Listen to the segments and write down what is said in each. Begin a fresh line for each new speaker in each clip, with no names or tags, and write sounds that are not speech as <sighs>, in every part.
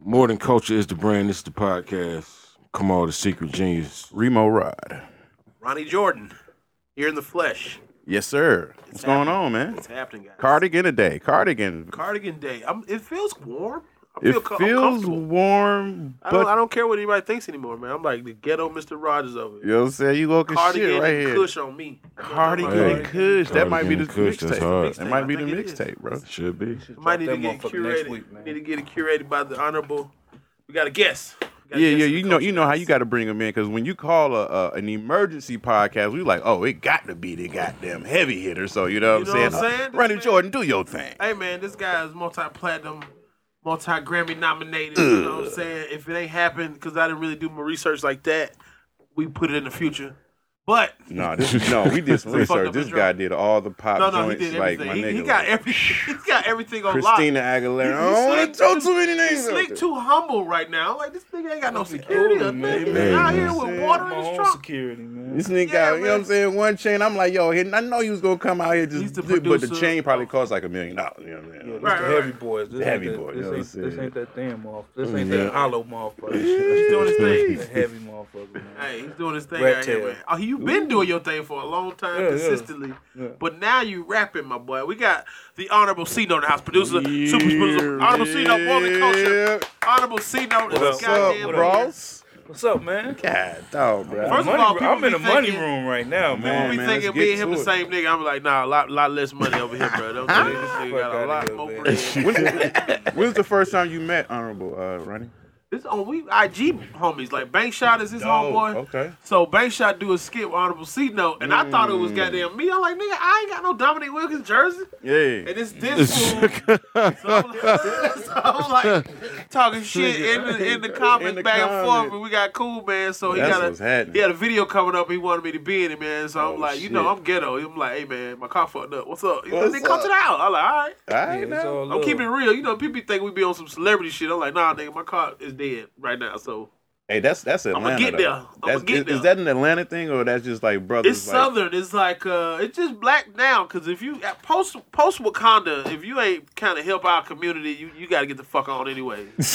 More than culture is the brand. This is the podcast. Kamal, the secret genius.
Remo Rod.
Ronnie Jordan, here in the flesh.
Yes, sir. What's going
happening.
on, man?
It's happening, guys.
Cardigan today. Cardigan.
Cardigan day. I'm, it feels warm. I feel
It
co- I'm
feels
comfortable.
warm,
I don't, I
but
don't care what anybody thinks anymore, man. I'm like the ghetto Mr. Rogers over
you
here.
know what I'm saying? You look at
Cardigan
shit right
and
here.
Kush on me.
Cardigan
Hey,
and Kush. That might be the
Cardigan and Kush, that's
mixtape.
hard.
That might be the
Mixtape, I think it is.
mixtape, bro.
Should be.
Might need to
Drop that
get
motherfucker next
curated.
week, man.
need to get it curated by the honorable. We got a guest. We got
Yeah,
a guest
yeah,
in the
you know,
culture,
you know how
guys.
you got to bring them in because when you call a, a an emergency podcast, we like, oh, it got to be the goddamn heavy hitter. So you know what
You
I'm
know
saying?
what I'm saying?
Uh, Ronnie
This man-
Jordan, do your thing.
Hey man, this guy is multi-platinum, multi-Grammy nominated. You know what I'm saying? If it ain't happened, because I didn't really do my research like that, we put it in the future. But
No, this, no, we
<laughs>
did some
We fucked
research.
up
This
his
guy
drum.
did all the pop
no, no, he
joints.
did
like
everything. <laughs>
my
he,
nigga,
he got every, he's got everything on
Christina
lock.
Aguilera.
He- he
I don't want
slick-
to talk too many names. out
<laughs> Slick
there.
too humble right now. I'm Like this nigga ain't got no security. or
old, man.
nothing.
Hey,
He's
man.
out here with water in his trunk.
security, man.
This nigga,
Yeah,
got, you know what I'm
man.
saying? One chain. I'm like, yo, he- I know you was gonna come out here
He's
just,
the
do- but the
producer.
chain probably cost like a million dollars. You know what I'm saying?
Right,
the
right,
heavy
right.
boys. This
Heavy
ain't
boy,
that-
you know what I'm
This, ain't, this
saying?
ain't that damn motherfucker. This ain't that hollow <laughs> motherfucker.
He's
He's
doing his thing.
the heavy motherfucker, man.
Hey, he's doing his thing
Rat
right here,
tail.
man. Oh, you've been doing your thing for a long time
Yeah, yeah.
consistently,
Yeah.
but now you rapping, my boy. We got the honorable C note in the house producer, super producer, honorable C note, more than culture,
Yeah.
honorable C note. in the
What's
What's
goddamn
up,
room.
Ross?
What's up, man?
God, dog, bro.
First of
Money
all,
room-
people
I'm in
be
the money
thinking-
room right
Man,
now,
People
man.
be
man,
thinking
let's
me
get
and him
to
the
it.
same nigga. I'm like, nah, a lot, lot less money over here, bro.
<laughs>
Don't tell me this nigga got a
Fuck outta
lot
here,
more
man.
bread.
<laughs> when, when's the first time you met Honorable uh, Ronnie?
This on we IG homies. Like Bank Shot is his homeboy.
okay.
So Bank Shot do a skip with honorable C note, and I thought it
Mm.
was goddamn me. I'm like, nigga, I ain't got no Dominic Wilkins jersey.
Yeah.
And it's this
<laughs>
fool. so, I'm like, <laughs> so I'm like talking shit in the, in the comments
In the
back and forth,
comments.
and we got cool man. So he
That's
got a
what's happening.
he had a video coming up. He wanted me to be in it, man. So
Oh,
I'm like, you
shit.
know, I'm ghetto. I'm like, hey man, my car fucked up. What's up? He said,
What's
"Nigga, come
up?"
to the house. I'm like, all right.
I
Yeah, it's all
know.
I'm
love.
keeping it real. You know, people think we be on some celebrity shit. I'm like, nah, nigga, my car is dead right now. So
Hey, that's that's Atlanta.
get
though.
there. I'ma
That's-
get
is,
there.
is that an Atlanta thing or that's just like brothers?
it's
like,
southern. It's like uh, it's just black now. Cause if you at post post Wakanda, if you ain't kind of help our community, you, you got to get the fuck
<laughs>
on anyway.
Post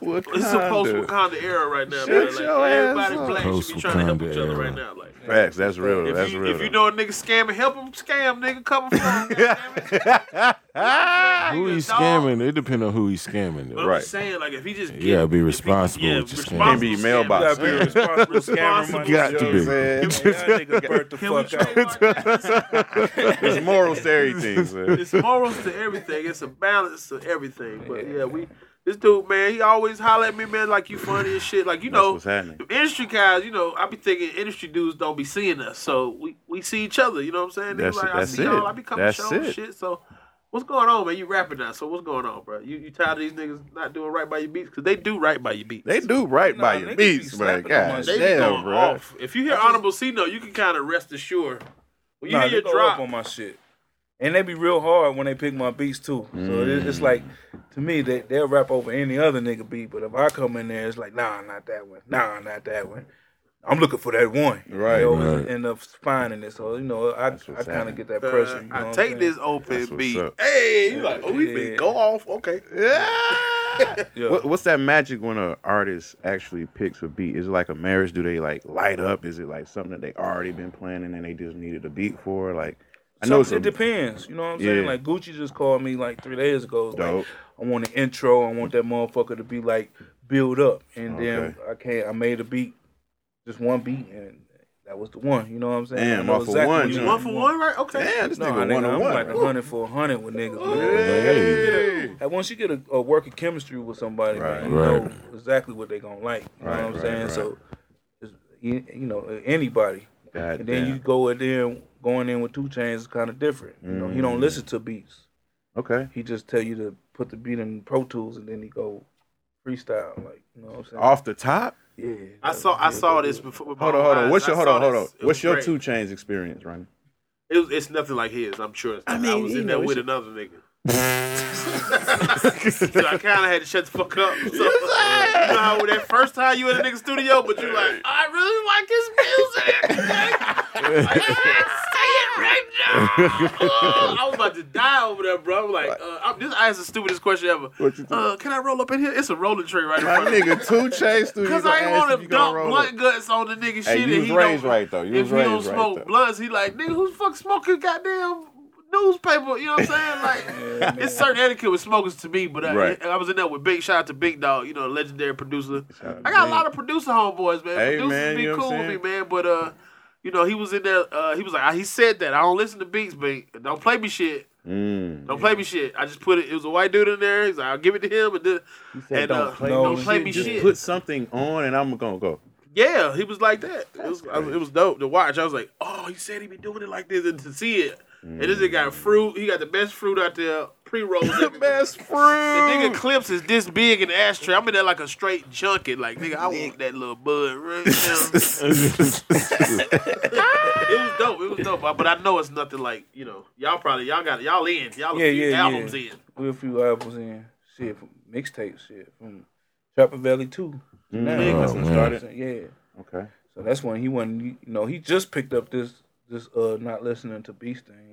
Wakanda.
This is a post Wakanda era right now, man.
Shut
Like,
your
everybody
ass up.
black should be trying to help
Post-Wakanda
each other
era.
right now. Like,
Facts. That's real.
if
that's
you
real.
if you know a nigga scamming, help him scam, nigga. Cover
<laughs>
for him. goddammit.
ah!
Who he's
Dog.
scamming? It depend on who he's scamming.
But
Though.
I'm
Right.
just saying, like, if he just
Yeah,
get-
be
if he-
responsible
yeah,
with your
responsible
scam.
Can't be
scamming.
mailbox.
You gotta be <laughs> a responsible scammer,
Responsible.
man.
Got to be.
That nigga burnt the
Can we
fuck out.
<laughs>
trademark that?
There's <laughs> moral theory things. man.
it's morals to everything. It's a balance to everything. But yeah, we this dude, man, he always holler at me, man, like you funny and shit. Like you
That's
know,
what's happening.
the industry guys, you know, I be thinking industry dudes don't be seeing us, so we we see each other. You know what I'm saying? They
That's-
be like,
that's
I see y'all.
it.
I be coming
That's
to shows and
it.
shit. So. What's going on, man? You rapping now, so what's going on, bro? You you tired of these niggas not doing right by your beats? Cause they do right by your beats.
They do right
Nah,
by your
niggas
beats,
be
man.
slapping them
God
on
They
shit.
be
damn,
going
bro.
off. If you hear Honorable C note, you can kind of rest assured. When you
nah,
hear
they
your
go
drop,
up on my shit. And they be real hard when they pick my beats too. So it,
Mm.
it's like, to me, they they'll rap over any other nigga beat. But if I come in there, it's like, nah, not that one. Nah, not that one. I'm looking for that one.
Right,
They always
right.
end up finding it. So you know, I I
what's
kind
happening.
of get that
uh,
pressure. you know what
I
I'm
take
saying?
this
That's
open
what's
beat.
up.
Hey, you like, oh, we been
Yeah.
go off. Okay.
Yeah.
Yeah.
What, what's that magic when an artist actually picks a beat? Is it like a marriage? Do they like light up? Is it like something that they already been planning and they just needed a beat for? Like, I know it's
Some-
a,
it depends. You know what I'm saying?
Yeah.
Like Gucci just called me like three days ago. It's
Dope.
Like, I want an intro. I want that motherfucker to be like build up, and then
Okay.
I can't. I made a beat, just one beat, and that was the one. You know what I'm saying?
Damn,
I know
off of one
what you
joint.
One
want.
for one, right? Okay.
Damn, this
No,
nigga
nigga,
one on
I'm
one.
like a hundred for a hundred with niggas. man.
Hey.
And once you get a, a working chemistry with somebody,
Right.
man, you
Right.
know exactly what they gonna like. You
Right,
know what I'm
right,
saying?
right.
So, it's, you, you know, anybody.
God
And then
damn.
you go in there, going in with two chains is kind of different. You know, he
Mm.
don't listen to beats.
okay.
He just tell you to put the beat in Pro Tools and then he go freestyle. Like, you know what I'm saying?
Off the top.
yeah.
I saw I saw this before. with my
Hold on,
own
hold on.
eyes.
What's your
Oh, I
hold
saw
on, hold on?
this. It was
What's your
great.
two chains experience, Ronnie?
It was, it's nothing like his. I'm sure. It's not. I,
mean,
was
you
in there
know,
with another
<laughs>
nigga. <laughs> so I kind of had to shut the fuck up. So, you know how when that first time you in a nigga studio, but you like, I really like his music.
<laughs>
<laughs> Like, I can't say it right now. Oh, I was about to die over there. there, bro. I'm like, uh, I'm, this I asked the stupidest question ever.
What you think?
Uh, can I roll up in here? It's a rolling tree right in
My
front of me.
nigga, two chase through.
<laughs> Cause
you
I
gonna
ain't
ask if
want
you gonna
to dump
roll
blunt
up.
guts on the nigga
Hey,
shit.
you
and
was
he
raised
don't,
right, though. You was
if he don't
raised right,
smoke
though.
blunts, he like nigga, who the fuck smoking goddamn newspaper? You know what I'm
<laughs>
saying? Like, it's certain etiquette with smokers to me, but I,
Right.
I was in there with Big Shout out to Big Dog, you know, legendary producer.
out to
I got
Big.
a lot of producer homeboys, man.
Hey,
Producers
man,
be
you know what
cool
I'm
with me,
saying?
man, but uh. You know, he was in there. Uh, he was like, he said that I don't listen to beats, but don't play me shit.
Mm.
Don't play me shit. I just put it. It was a white dude in there. He's like, I'll give it to him, and then, and
don't
uh,
play
don't
me
play
shit,
me
Just
shit.
put something on, and I'm gonna go.
Yeah, he was like that. It was, I was- it was dope to watch. I was like, oh, he said he be doing it like this, and to see it. And this nigga
Mm.
got fruit. He got the best fruit out there. Pre
<laughs>
rolls. the
Best
The nigga
fruit.
clips is this big in the ashtray. I'm in there like a straight junket. Like nigga, I want that little bud
<laughs>
right now.
<laughs>
it was dope. It was dope. But I know it's nothing like you know. Y'all probably y'all got y'all in. Y'all
Yeah,
a few
yeah, yeah.
albums in.
We a few albums in. Shit, from mixtape shit from Trapper Valley Two. Now,
Mm,
that's
oh,
when
man.
started.
<laughs>
Yeah.
Okay.
So that's when he wasn't. You know, he just picked up this this uh not listening to Beast thing.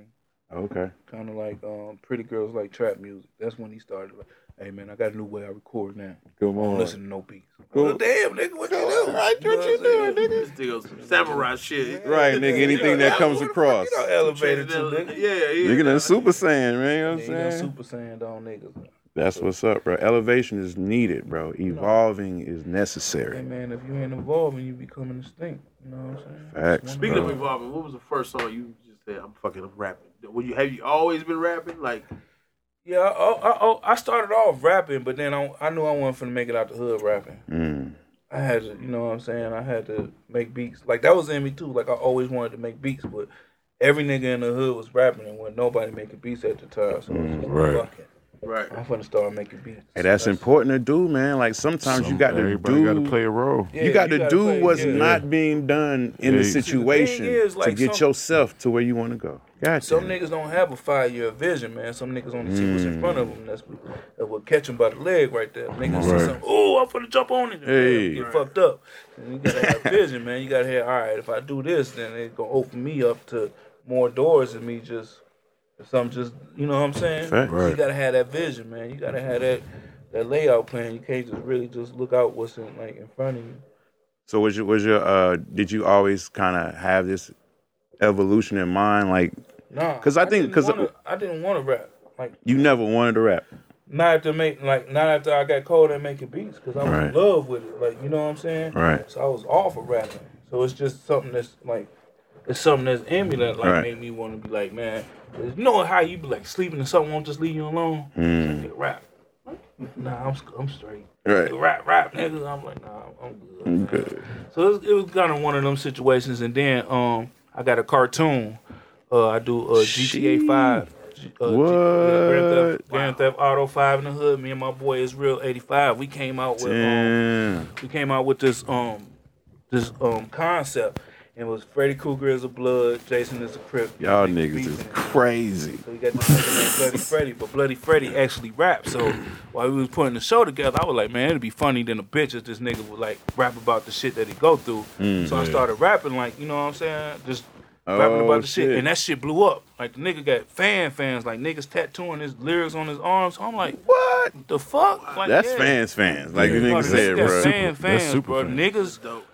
Okay.
Kind of like um pretty girls like trap music. That's when he started. Like, hey man, I got a new way I record now.
Come on.
Listen to no beats.
Cool.
Well, damn nigga, what you do?
Right, what
know
you
I'm saying?
doing, nigga?
This nigga samurai shit.
Right, nigga. Anything that comes across.
You know, elevated to nigga.
Yeah, yeah.
Nigga done Super Saiyan, man. You know what I'm
They done
saying?
super saiyan on niggas.
That's what's up, bro. Elevation is needed, bro. Evolving is
Hey
necessary.
man, if you ain't evolving, you becoming extinct. You know what I'm saying?
Facts,
Speaking
bro.
Uh-huh.
of evolving, what was the first song you just said? I'm fucking up rapping. Were you have you always been rapping? Like
Yeah, I, oh, I, I, I started off rapping, but then I, I knew I wasn't finna make it out the hood rapping.
Mm.
I had to, you know what I'm saying? I had to make beats. Like, that was in me too. Like, I always wanted to make beats, but every nigga in the hood was rapping and wasn't nobody making beats at the time. So it's just
right.
like, fuck it.
right.
I'm finna start making beats.
Mm, Hey, that's important to do, man. Like sometimes you got to
Everybody
do.
got to play a role.
Yeah,
you got to
gotta
do
play-
what's
yeah.
not being done in
Yeah,
the
you- See, the
situation
thing is,
to
like,
get
some-
yourself to where you want to go. Gotcha.
Some niggas don't have a five year vision, man. Some niggas only see what's in
Mm.
front of them. That's what, that will catch them by the leg right there. Niggas see
Right.
something, oh, I'm finna jump on it. and
Hey.
Get fucked up. And you gotta have vision, man. You gotta have, all right, if I do this, then it's gonna open me up to more doors than me just, if I'm just, you know what I'm saying?
Fact.
Right.
You gotta have that vision, man. You gotta have that, that layout plan. You can't just really just look out what's in, like, in front of you.
So was your was your uh did you always kind of have this evolution in mind like
Nah.
'Cause I think-
didn't
'cause-
wanna- I didn't wanna rap. Like,
you never wanted to rap?
not after make like not after I got cold and making beats because I was
Right.
in love with it. Like you know what I'm saying?
Right.
So I was all for rapping. So it's just something that's like it's something that's in me that like
Right.
made me want to be like man. You know how you be like sleeping and something won't just leave you alone?
Hmm.
Like, rap. Nah, I'm sc- I'm straight.
Right.
Rap, rap, niggas. I'm like, nah, I'm good. man.
Good.
So it was, it was kind of one of them situations, and then um, I got a cartoon. Uh, I do uh, GTA Five. G- Uh, G- uh, Grand, Theft, Grand Theft Auto Five in the hood. Me and my boy Israel eighty five. We came out with um,
Damn.
we came out with this um this um concept, and it was Freddy Krueger is a blood, Jason is a crip.
Y'all
Big
niggas
Beef
is
and-
crazy.
so you got this nigga named Bloody Freddy, but Bloody Freddy actually rapped. So while we was putting the show together, I was like, man, it'd be funny than a bitch if this nigga would like rap about the shit that he go through. so I started rapping like, you know what I'm saying? Just rapping
Mm, Oh,
about the shit.
shit.
And that shit blew up. Like the nigga got fan fans, like niggas tattooing his lyrics on his arms. So I'm like,
What?
the fuck? Like,
That's
yeah.
fans fans. Like you
Bro,
niggas
the
said,
niggas got
bro.
Fan
Super- that's
fans,
super
bro.
fan.
Niggas
Dope.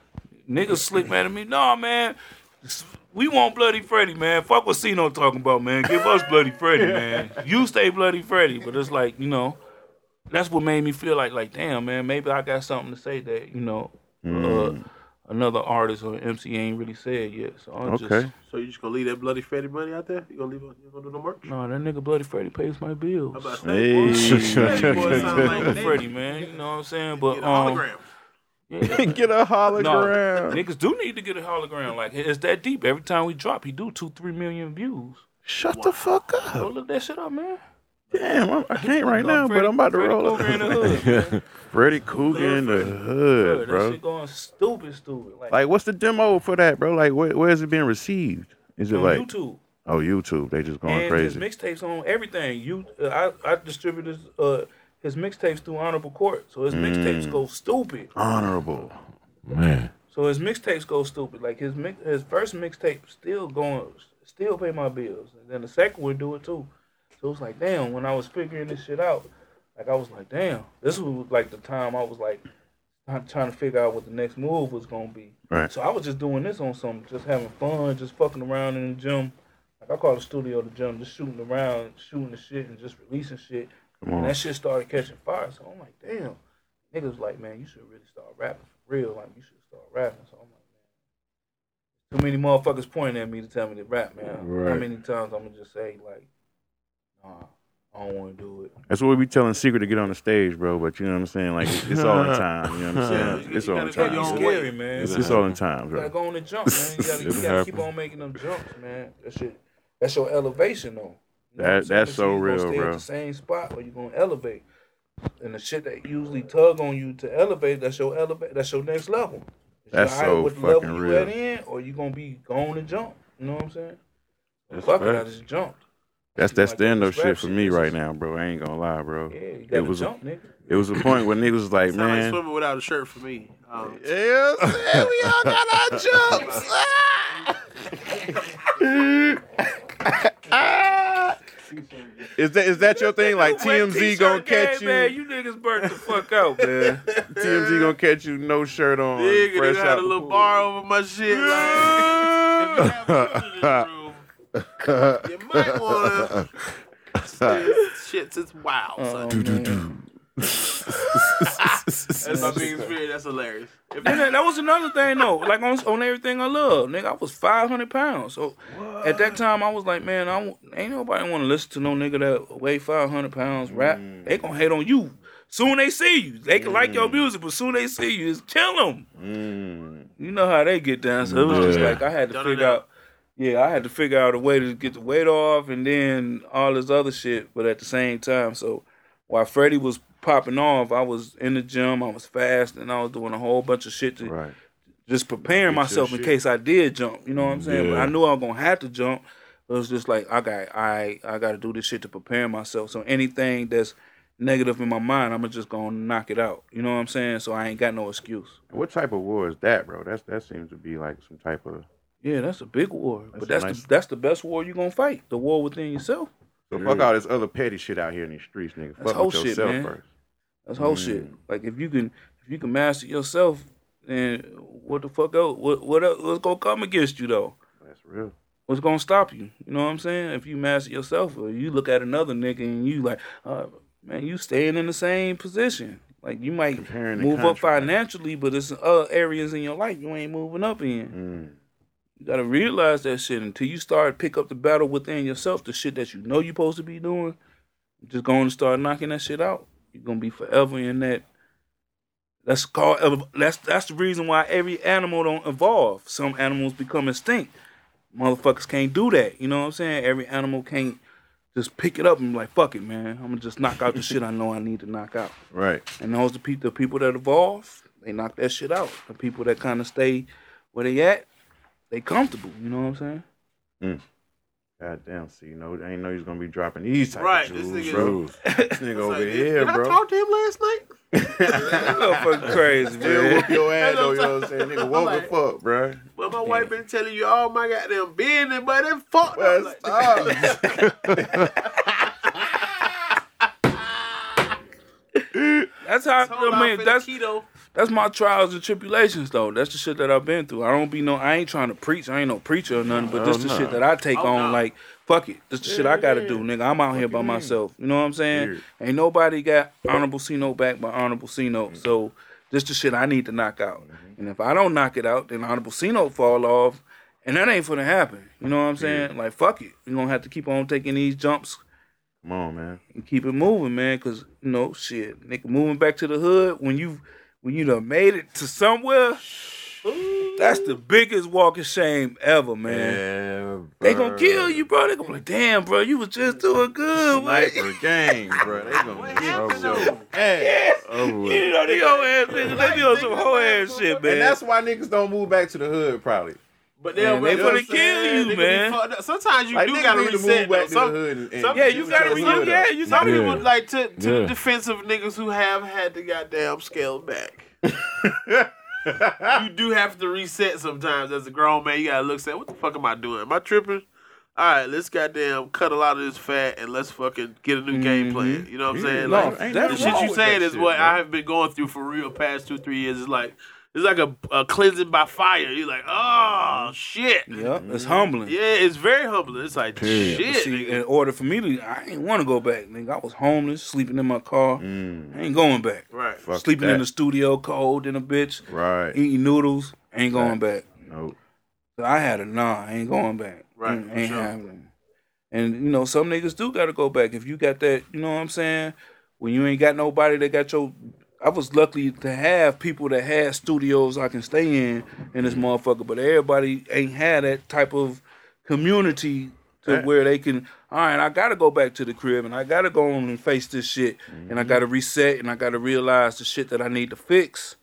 Niggas slick mad at me. Nah, man. We want Bloody Freddy, man. Fuck what Cino talking about, man. Give us
<laughs>
Bloody Freddy, man. You stay Bloody Freddy. But it's like, you know, that's what made me feel like, like, damn, man, maybe I got something to say that, you know,
Mm.
uh, another artist or MC ain't really said yet. So I'm
Okay.
just,
So you just gonna leave that bloody fatty money out there? You gonna leave? You gonna do no merch?
no, that nigga Bloody Freddy pays my
How
bills.
about that?
Hey.
That boy
<laughs>
sound like
Bloody
they-
Freddy, man. You know what I'm saying?
Get
But
a
um,
hologram.
yeah.
<laughs> Get
<laughs>
a
no,
hologram.
niggas do need to get a hologram. Like it's that deep. Every time we drop, he do two, three million views.
Shut the fuck
Go
up.
look that shit up, man.
Damn, I'm, I can't right now,
Freddy-
but I'm about to
Freddy
roll
Krueger in the
up. <laughs>
hood, man.
Freddy Cougar in the hood,
That
bro.
shit going stupid, stupid. Like,
Like, what's the demo for that, bro? Like, where, where is it being received? Is it
on
like
YouTube
oh YouTube? They just going
and
crazy.
his mixtapes on everything. You, uh, I, I distribute his, uh, his mixtapes through Honorable Court, so his
Mm.
mixtapes go stupid.
Honorable.
Man.
So his mixtapes go stupid. Like his mix, his first mixtape still going, still pay my bills. And then the second one do it too. So it was like, damn, when I was figuring this shit out, like I was like, damn, this was like the time I was like I'm trying to figure out what the next move was gonna be.
Right.
So I was just doing this on something, just having fun, just fucking around in the gym. Like I call the studio the gym, just shooting around, shooting the shit and just releasing shit.
Come
And
on.
that shit started catching fire. So I'm like, damn. Niggas was like, man, you should really start rapping for real. Like, you should start rapping. So I'm like, man, too many motherfuckers pointing at me to tell me to rap, man. How
Right.
many times I'm gonna just say like, nah, I don't want to do it.
That's what we be telling Secret to get on the stage, bro. But you know what I'm saying? Like it's all in time. You know what I'm
Yeah,
saying?
you
It's all in
gotta go
time.
your own
It's-
way.
Scary, man.
It's all in time,
You gotta
bro.
go on the
<laughs>
jump, man. You gotta, you
It
gotta keep
happen.
on making them jumps, man. That shit, that's your elevation, though. You know
That-
what I'm saying?
that's so
Either you gonna
real,
stay
bro.
At the same spot, or you gonna elevate. And the shit that usually tug on you to elevate, that's your elevate. That's your next level. It's
That's
either
so
what
fucking
you
real.
at in, or you gonna be going to jump. You know what I'm saying?
That's
Fuck it, I
facts.
just jumped.
That's that
Like,
stand up
this rap
shit for
shit,
me
this
right
is-
now, bro. I ain't gonna lie, bro.
Yeah, you
It
gotta
was a,
jump, nigga.
it was a point where niggas was like,
Sound like
man,
swimming without a shirt for me. Um,
Yeah, man, we all <laughs> got our jumps. is that is that your thing? Like TMZ gonna catch you?
Man, you niggas burnt the fuck out, man.
TMZ gonna catch you? No shirt on,
Nigga,
fresh
they had
out
a
the <laughs>
little
pool.
bar over my shit. Like, <laughs> if you have children in this room, you might wanna. This shit's it's wild,
<laughs>
son.
Um,
That's my biggest fear. That's hilarious. If
And that, that was another thing though. Like on on everything I love, nigga, I was five hundred pounds. So at that time, I was like, man, I don't- ain't nobody want to listen to no nigga that weigh five hundred pounds rap. They gonna hate on you. Soon they see you. They can like your music, but soon they see you, it's kill them.
Mm.
You know how they get down. So it was just
Yeah.
like I had to
Done
figure
it out.
out. Yeah, I had to figure out a way to get the weight off, and then all this other shit. But at the same time, so while Freddie was popping off, I was in the gym, I was fast, and I was doing a whole bunch of shit to
Right.
just preparing myself in
shit.
case I did jump. You know what I'm saying? But
Yeah.
I knew I was gonna have to jump. It was just like I got I I got to do this shit to prepare myself. So anything that's negative in my mind, I'm just gonna knock it out. You know what I'm saying? So I ain't got no excuse.
What type of war is that, bro? That's that seems to be like some type of.
Yeah, that's a big war, but
That's
that's
a nice-
the, that's the best war you gonna fight. The war within yourself.
So fuck all this other petty shit out here in these streets, nigga.
That's
fuck with
whole shit,
yourself
man.
first.
That's whole
Mm.
shit. Like if you can if you can master yourself, then what the fuck else? What what else, what's gonna come against you though?
That's real.
what's gonna stop you? You know what I'm saying? If you master yourself, or you look at another nigga and you like, uh, man, you staying in the same position. Like you might
Comparing and
move up
contrasting.
financially, but it's other areas in your life you ain't moving up in.
Mm.
You gotta realize that shit until you start pick up the battle within yourself, the shit that you know you're supposed to be doing. Just going to start knocking that shit out. You're gonna be forever in that. That's called. ev- That's that's the reason why every animal don't evolve. Some animals become extinct. Motherfuckers can't do that. You know what I'm saying? Every animal can't just pick it up and be like, fuck it, man. I'm gonna just knock out the shit I know I need to knock out.
Right.
And those the people, the people that evolve, they knock that shit out. The people that kind of stay where they at, they comfortable. You know what I'm saying?
God damn, see, you know, I ain't know he's gonna be dropping these type
Right,
of jewels,
this nigga-
bro.
Rules.
<laughs> This nigga
it's
over
like,
here,
did I
bro.
talk to him last night?
That motherfucker crazy,
Still
man.
whoop your ass,
<laughs> That's
though,
what I'm
you know what I'm saying? Nigga, what the
like-
fuck, bro?
But my wife been telling you all my goddamn business, but they fucked up.
Well,
Like,
stop.
That's how
hold
I
on
mean.
for the
That's
Oh,
keto.
that's my trials and tribulations, though. That's the shit that I've been through. I don't be no. I ain't trying to preach. I ain't no preacher or nothing. But this the
no.
shit that I take
Oh,
on.
no.
Like fuck it. This the shit I gotta do, nigga. I'm out here by myself. You know what I'm saying? Ain't nobody got honorable C note back by honorable C note. So this the shit I need to knock out. And if I don't knock it out, then honorable C note fall off, and that ain't gonna happen. You know what I'm saying? Like fuck it. You gonna have to keep on taking these jumps.
Come on, man.
and keep it moving, man. Cause you know, shit, nigga, moving back to the hood when you when you done made it to somewhere, that's the biggest walk of shame ever, man. They gonna kill you, bro. They gonna be like, damn, bro, you was just doing good. Like,
Sniper gang, bro. They gonna get
happened,
your
though?
ass.
Over with.
<laughs> you know, they whole ass niggas, they be on some whole ass shit, man.
And that's why niggas don't move back to the hood, probably.
But
Man, they
you know
finna
what I'm saying?
kill you,
Nigga be
man.
fucked up. Sometimes you
Like,
do
niggas
gotta
need to
reset.
move back to
though.
the
Some-
hood and- and
some-
yeah,
do
you
what
gotta,
your
you,
real
yeah,
up.
you
Some
gotta.
people
Yeah.
like to, to the
Yeah.
defense of niggas who have had the goddamn
<laughs>
scale back. you do have to reset sometimes as a grown man. You gotta look say, what the fuck am I doing? Am I tripping? all right, let's goddamn cut a lot of this fat and let's fucking get a new game
Mm-hmm.
plan. You know what I'm saying?
No,
Like
ain't
the
nothing
shit
wrong
you
with
saying
that
is
shit,
what
bro.
I have been going through for real past two three years. It's like it's like a, a cleansing by fire. You're like, oh shit.
Yeah, it's
Mm-hmm.
humbling.
Yeah, it's very humbling. It's like
Period.
But
shit.
See,
nigga.
in order for me to, I ain't want to go back, nigga. I was homeless, sleeping in my car. I ain't going back.
right.
Mm. Fuck
sleeping
that.
in the studio, cold in a bitch,
Right.
eating noodles. Ain't going back.
Nope.
So I had a nah. I ain't going back.
Right,
Mm,
for
Ain't
sure.
happening. And you know, some niggas do gotta go back. If you got that, you know what I'm saying. When you ain't got nobody that got your, I was lucky to have people that had studios I can stay in in this motherfucker. But everybody ain't had that type of community to
Right.
where they can. All right, I gotta go back to the crib and I gotta go on and face this shit. And
Mm-hmm.
I gotta reset and I gotta realize the shit that I need to fix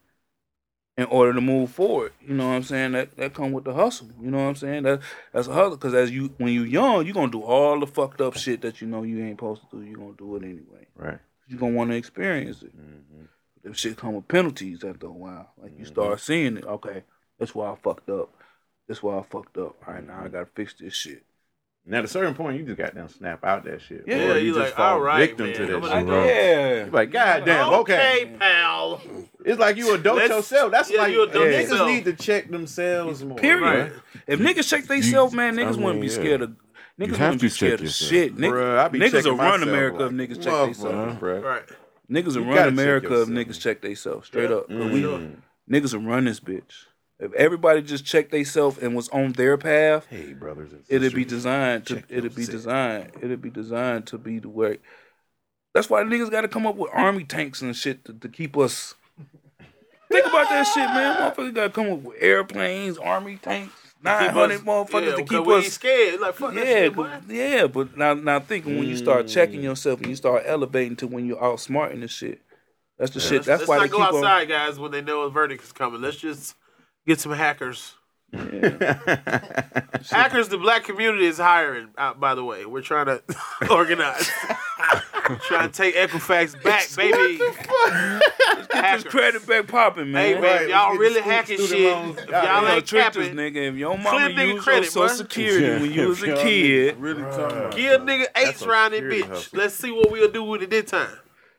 in order to move forward. You know what I'm saying? That that come with the hustle. You know what I'm saying? That that's a hustle. Cause as you when you young, you gonna do all the fucked up shit that you know you ain't supposed to do. You gonna do it anyway.
Right.
You gonna want to experience it.
Mm-hmm.
Them shit come with penalties after a while. Like you start seeing it. Okay, that's why I fucked up. That's why I fucked up. All right,
Mm-hmm.
now I gotta fix this shit.
Now, at a certain point, you just got down, snap out that shit.
Yeah,
or
you
you just
like,
fall
all right,
victim
man,
to
I'm
that
gonna
shit.
do it.
Yeah.
You like, God damn, okay.
pal.
It's like you adult
Let's-
yourself. That's
yeah,
like
you adult
niggas
yourself.
need to check themselves more.
Right.
Period. If niggas check themselves, man,
I
niggas
mean,
wouldn't be
yeah.
scared of. Niggas
have
wouldn't
to
be scared
check
of
yourself.
shit.
Bruh,
Nigga-
I be
niggas
checking
will run
myself,
America
like,
if niggas check
motherfucker,
themselves.
bruh.
Right.
Niggas will
You gotta
run
check
America if
yourself. Mm-hmm.
niggas check themselves. Straight up. But we-
Sure.
niggas will run this bitch. If everybody just checked themselves and was on their path,
Hey, brothers and sisters.
it'd be designed to it'd be designed. It'd be designed to be the way. That's why niggas gotta come up with army tanks and shit to, to keep us. Think about that shit, man. Motherfuckers gotta come up with airplanes, army tanks, nine hundred motherfuckers
yeah,
to
because
keep
we ain't
us.
scared. Like <laughs> fuck that
Yeah,
shit, boy.
but, yeah, but now now think when you start checking yourself and you start elevating to when you're outsmarting this shit. That's the shit.
Let's
That's why they
not
keep
go
on-
outside, guys, when they know a verdict is coming. Let's just get some hackers. <laughs> hackers, the black community is hiring. Out by the way, we're trying to <laughs> organize,
<laughs>
trying to take Equifax back, baby.
Get this
<laughs> Hackers.
credit back popping, man.
Hey, man,
Right,
if y'all
let's get
really
the
hacking
student
shit.
loans.
If
Yeah,
y'all
Yo,
ain't
tricked us,
capping,
nigga. If your mama
Clear nigga
used your
credit,
social
bruh.
security when you was a kid,
Really talking about
give nigga eights round that
security
bitch.
hustle.
Let's see what we'll do with it this time.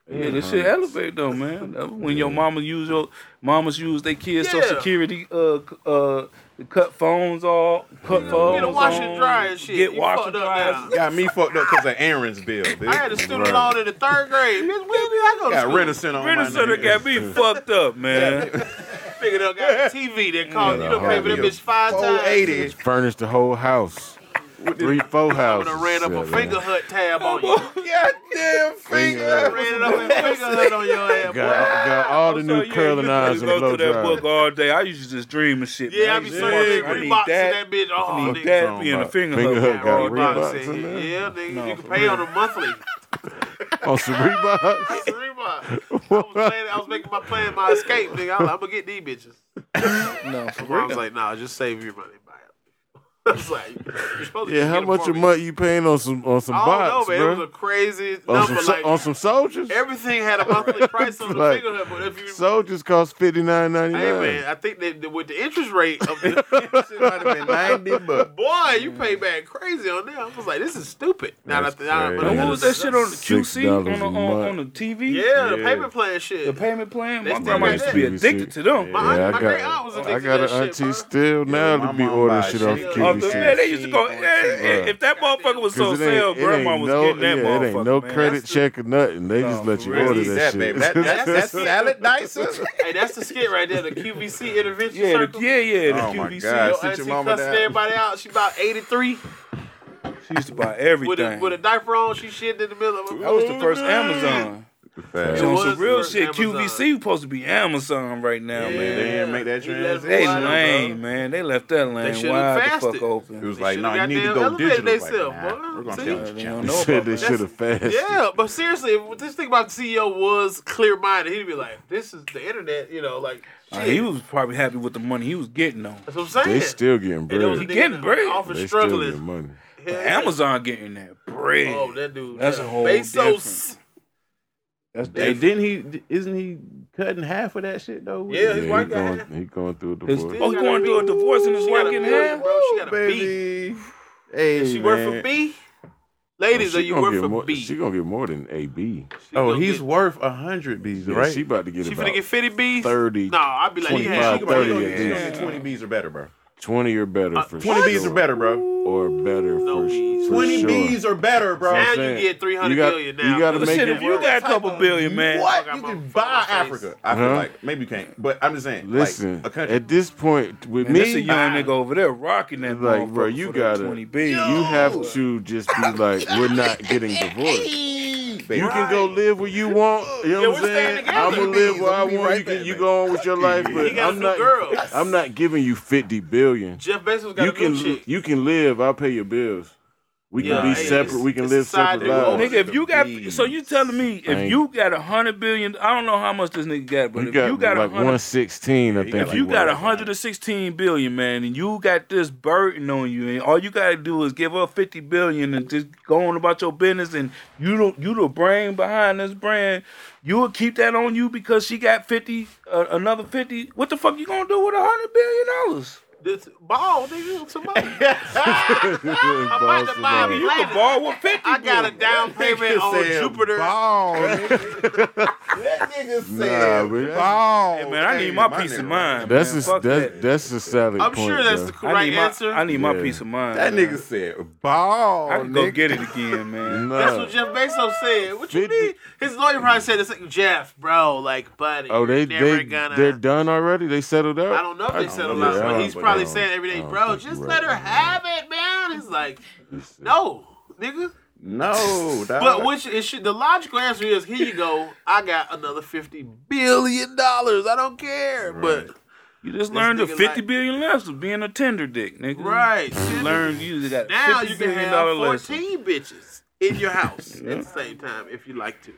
yeah, this shit elevate though, man. That was When your mama use your mamas use their kids'
Yeah.
social security, uh, c- uh, to cut phones off, cut phones
Get a wash and
on,
dry and shit.
Get
You
wash
fucked
and
up now.
dry.
Got me fucked up because of Aaron's bill. Bitch.
<laughs> I had a student loan in the third grade. Bitch, where did I go to
Got
school?
Renaissance on
Renter
my
center
nigga.
got me
<laughs>
fucked up, man.
Nigga done got a TV that cost you done
Yeah,
pay for that
yeah.
bitch
<laughs>
five times. <laughs>
480.
Furnished the whole house. Three, four
I
houses.
done ran up a
Yeah, man.
finger hut tab on you.
Goddamn finger.
Ran it up a finger hut on your ass, boy.
Got, got all the
So,
new
yeah,
curling
you
irons and
go
blow
through that book
dryers.
all day. I used to just dream of shit.
Yeah, I
man.
be
used to
searching
watch- I
Reeboks
need
in
that.
that bitch.
I
Oh,
need
nigga.
that. Be in a
about?
finger
Finger
hut.
hook got
bro.
Reeboks
Reeboks
in there?
in. Yeah, nigga,
No,
you can
for
pay on a monthly.
On some
<laughs>
Reeboks.
Reebok. I was playing, I was making my plan, my escape, nigga. I'm, I'm gonna get these bitches.
No, for
I was
real.
like, nah, just save your money, buy it. <laughs> I was like, you're supposed to
Yeah,
just
how
get 'em
much
for
a
me.
month you paying on some on some
I
box,
don't know, man.
bro?
It was a crazy
on
number.
some so-
like,
on some soldiers.
everything had a monthly price on the
Like,
finger hut, but if you
soldiers cost fifty nine ninety
Hey
nine.
man, I think that, that with the interest rate of the
Shit might have been 90 bucks.
boy, you pay back crazy on that. I was like, this is stupid. Now that
That's
I, now that-
crazy.
but
And
I
what was that shit on the
Six
QC on the,
dollars a
on,
month.
on the TV?
Yeah, the
Yeah.
payment plan shit.
The payment plan.
They
My
still
grandma
got
used to
that.
be addicted to them.
My
Yeah,
aunt-
I got-
my great aunt was addicted
I
to
got
that
an
shit,
auntie
bro.
still now
my
to be
mom
ordering
buys
shit
shit
off
on
Off the- man,
QVC.
they used to go. eh, eh, If that motherfucker was so
Cause it ain't- it
sale,
ain't
grandma was
no-
getting that
yeah,
motherfucker.
It ain't no
man.
credit
the-
check or nothing. They just let you
for real.
order
Really,
that,
that,
shit.
baby. That, that's, that's salad dices.
Hey, that's the skit right there, the
<laughs>
QVC intervention
Yeah, the,
circle.
yeah, yeah. The
Oh my
QVC.
God.
Your
Sit your
auntie
mama
cussing
down.
everybody out. She
<laughs>
about 83
She used to buy
with a,
everything.
with a diaper on. She shit in the middle of
that was the first Amazon.
Fact.
She on
was
some
the
real
first
shit.
Amazon.
QVC supposed to be Amazon right now,
They
man.
didn't make that
He left
transition.
They
wide open.
lame, man. They left that lane
should've
wide the
fasted.
fuck open.
It was
They
like,
should've
nah, you need to
goddamn
go digital.
elevated
Like,
theyself,
nah,
boy.
we're gonna
See?
change
They
the
don't
They
know
said
about
they
that.
should have fasted.
Yeah, but seriously, if this thing about the CEO was clear minded, he'd be like, "This is the internet," you know, like
Uh,
shit.
He was probably happy with the money he was getting though.
That's what I'm saying.
They still getting
and there was a
bread.
nigga
Getting
that
bread.
often
They still
struggling.
getting money.
Amazon getting that bread.
Oh, that dude.
That's
yeah.
a whole
Bezos.
That's
Hey,
they,
didn't he? d- Isn't he cutting half of that shit though?
Yeah, his
Yeah, he
wife got
going,
half.
he going through a
His-
divorce.
Oh, he going through a divorce and his
She
wife
got a
getting
million,
half?
Bro, she got a beat.
baby. Hey,
She
man.
work for B? Ladies,
Oh, She
are you
gonna
worth
get
for
more,
B?
She gonna get more than A B.
She
Oh,
gonna
he's
get,
worth a hundred B's,
Yeah,
right?
She about to get
She
about
finna get 50 B's?
30,
No, I'd be like, he
25,
She gonna-
had
she gonna
30
get-
at
she gonna
least.
get twenty B's or better, bro.
twenty or better
Uh,
for
20
sure.
B's or better, bro.
or better for,
B's.
for
20
sure.
B's or better, bro.
I'm
Now
saying,
you get 300
you got-
million
you
now.
gotta
Look,
make
Shit,
it
if you got a couple billion, man.
I
What?
got
You
my
can
phone
buy
on my face.
Africa. I feel
Huh?
like maybe you can't, but I'm just saying.
Listen,
like, a country.
at this point with
Man,
me,
this a young nigga over there rocking that
Like,
motherfucker
bro, you
for that
gotta-
20 big.
you have to just be like, we're not getting divorced.
Baby.
You can go live where you want. You know what
Yeah,
I'm
we're staying
saying?
together.
I'm gonna live where I
We'll be
want.
right
you can
back,
you
man.
go on with your life, but
He got
I'm
some
not.
girls.
I'm not giving you 50 billion.
Jeff Bezos got
You
a good
can
chick.
you can live. I'll pay your bills. We can
Yeah,
be
hey,
separate.
it's-
We can
it's
live
society.
separate lives.
Nigga, if you got
Please.
so you telling me if
Ain't-
you got a hundred billion, I don't know how much this nigga got, but
You
if
got,
you got a
like
hundred,
116, I
you
think.
got
if you
it
got
was.
a hundred and sixteen billion, man, and you got this burden on you, and all you gotta do is give up fifty billion and just go on about your business, and you don't you the brain behind this brand, you will keep that on you because she got fifty, uh, another fifty. What the fuck you gonna do with a hundred billion dollars?
This ball, nigga, somebody.
<laughs> Boss
<laughs> I'm about to
is
buy
on.
me.
You can borrow with fifty.
I got a
billion.
down payment on
said
Jupiter.
Ball. nigga. that nigga
Nah,
said
but that-
ball.
Hey, man, I need
Hey,
my peace of
nigga.
mind.
That's
man.
a
Fuck
that's
that.
that's a solid
I'm
point.
sure that's
though.
the correct
I need
answer.
My, I need
Yeah.
my peace of mind.
That
man.
nigga said ball.
I can go
nigga.
get it again,
<laughs>
man.
Nah.
That's what Jeff Bezos said. What you
50
need? His lawyer probably said this. Like, Jeff, bro, like, buddy.
Oh, they
you're never
they
gonna.
they're done already. They settled out.
I don't know if they said a lot,
yeah, I
but
don't-
he's
but I
probably
don't-
saying every
I
day,
don't
bro,
think you're
just
right.
let her have it, man. It's like, no, nigga.
<laughs> No, dog.
But which it should, the logical answer is here you go. I got another fifty billion dollars. I don't care. But
You just learned the
nigga
fifty
like-
billion lessons of being a tender dick, nigga.
right,
You
shit,
learned you just got
now
a
you
fifty
can
billion
have
dollar
fourteen
lesson.
bitches in your house at the same time if you like to.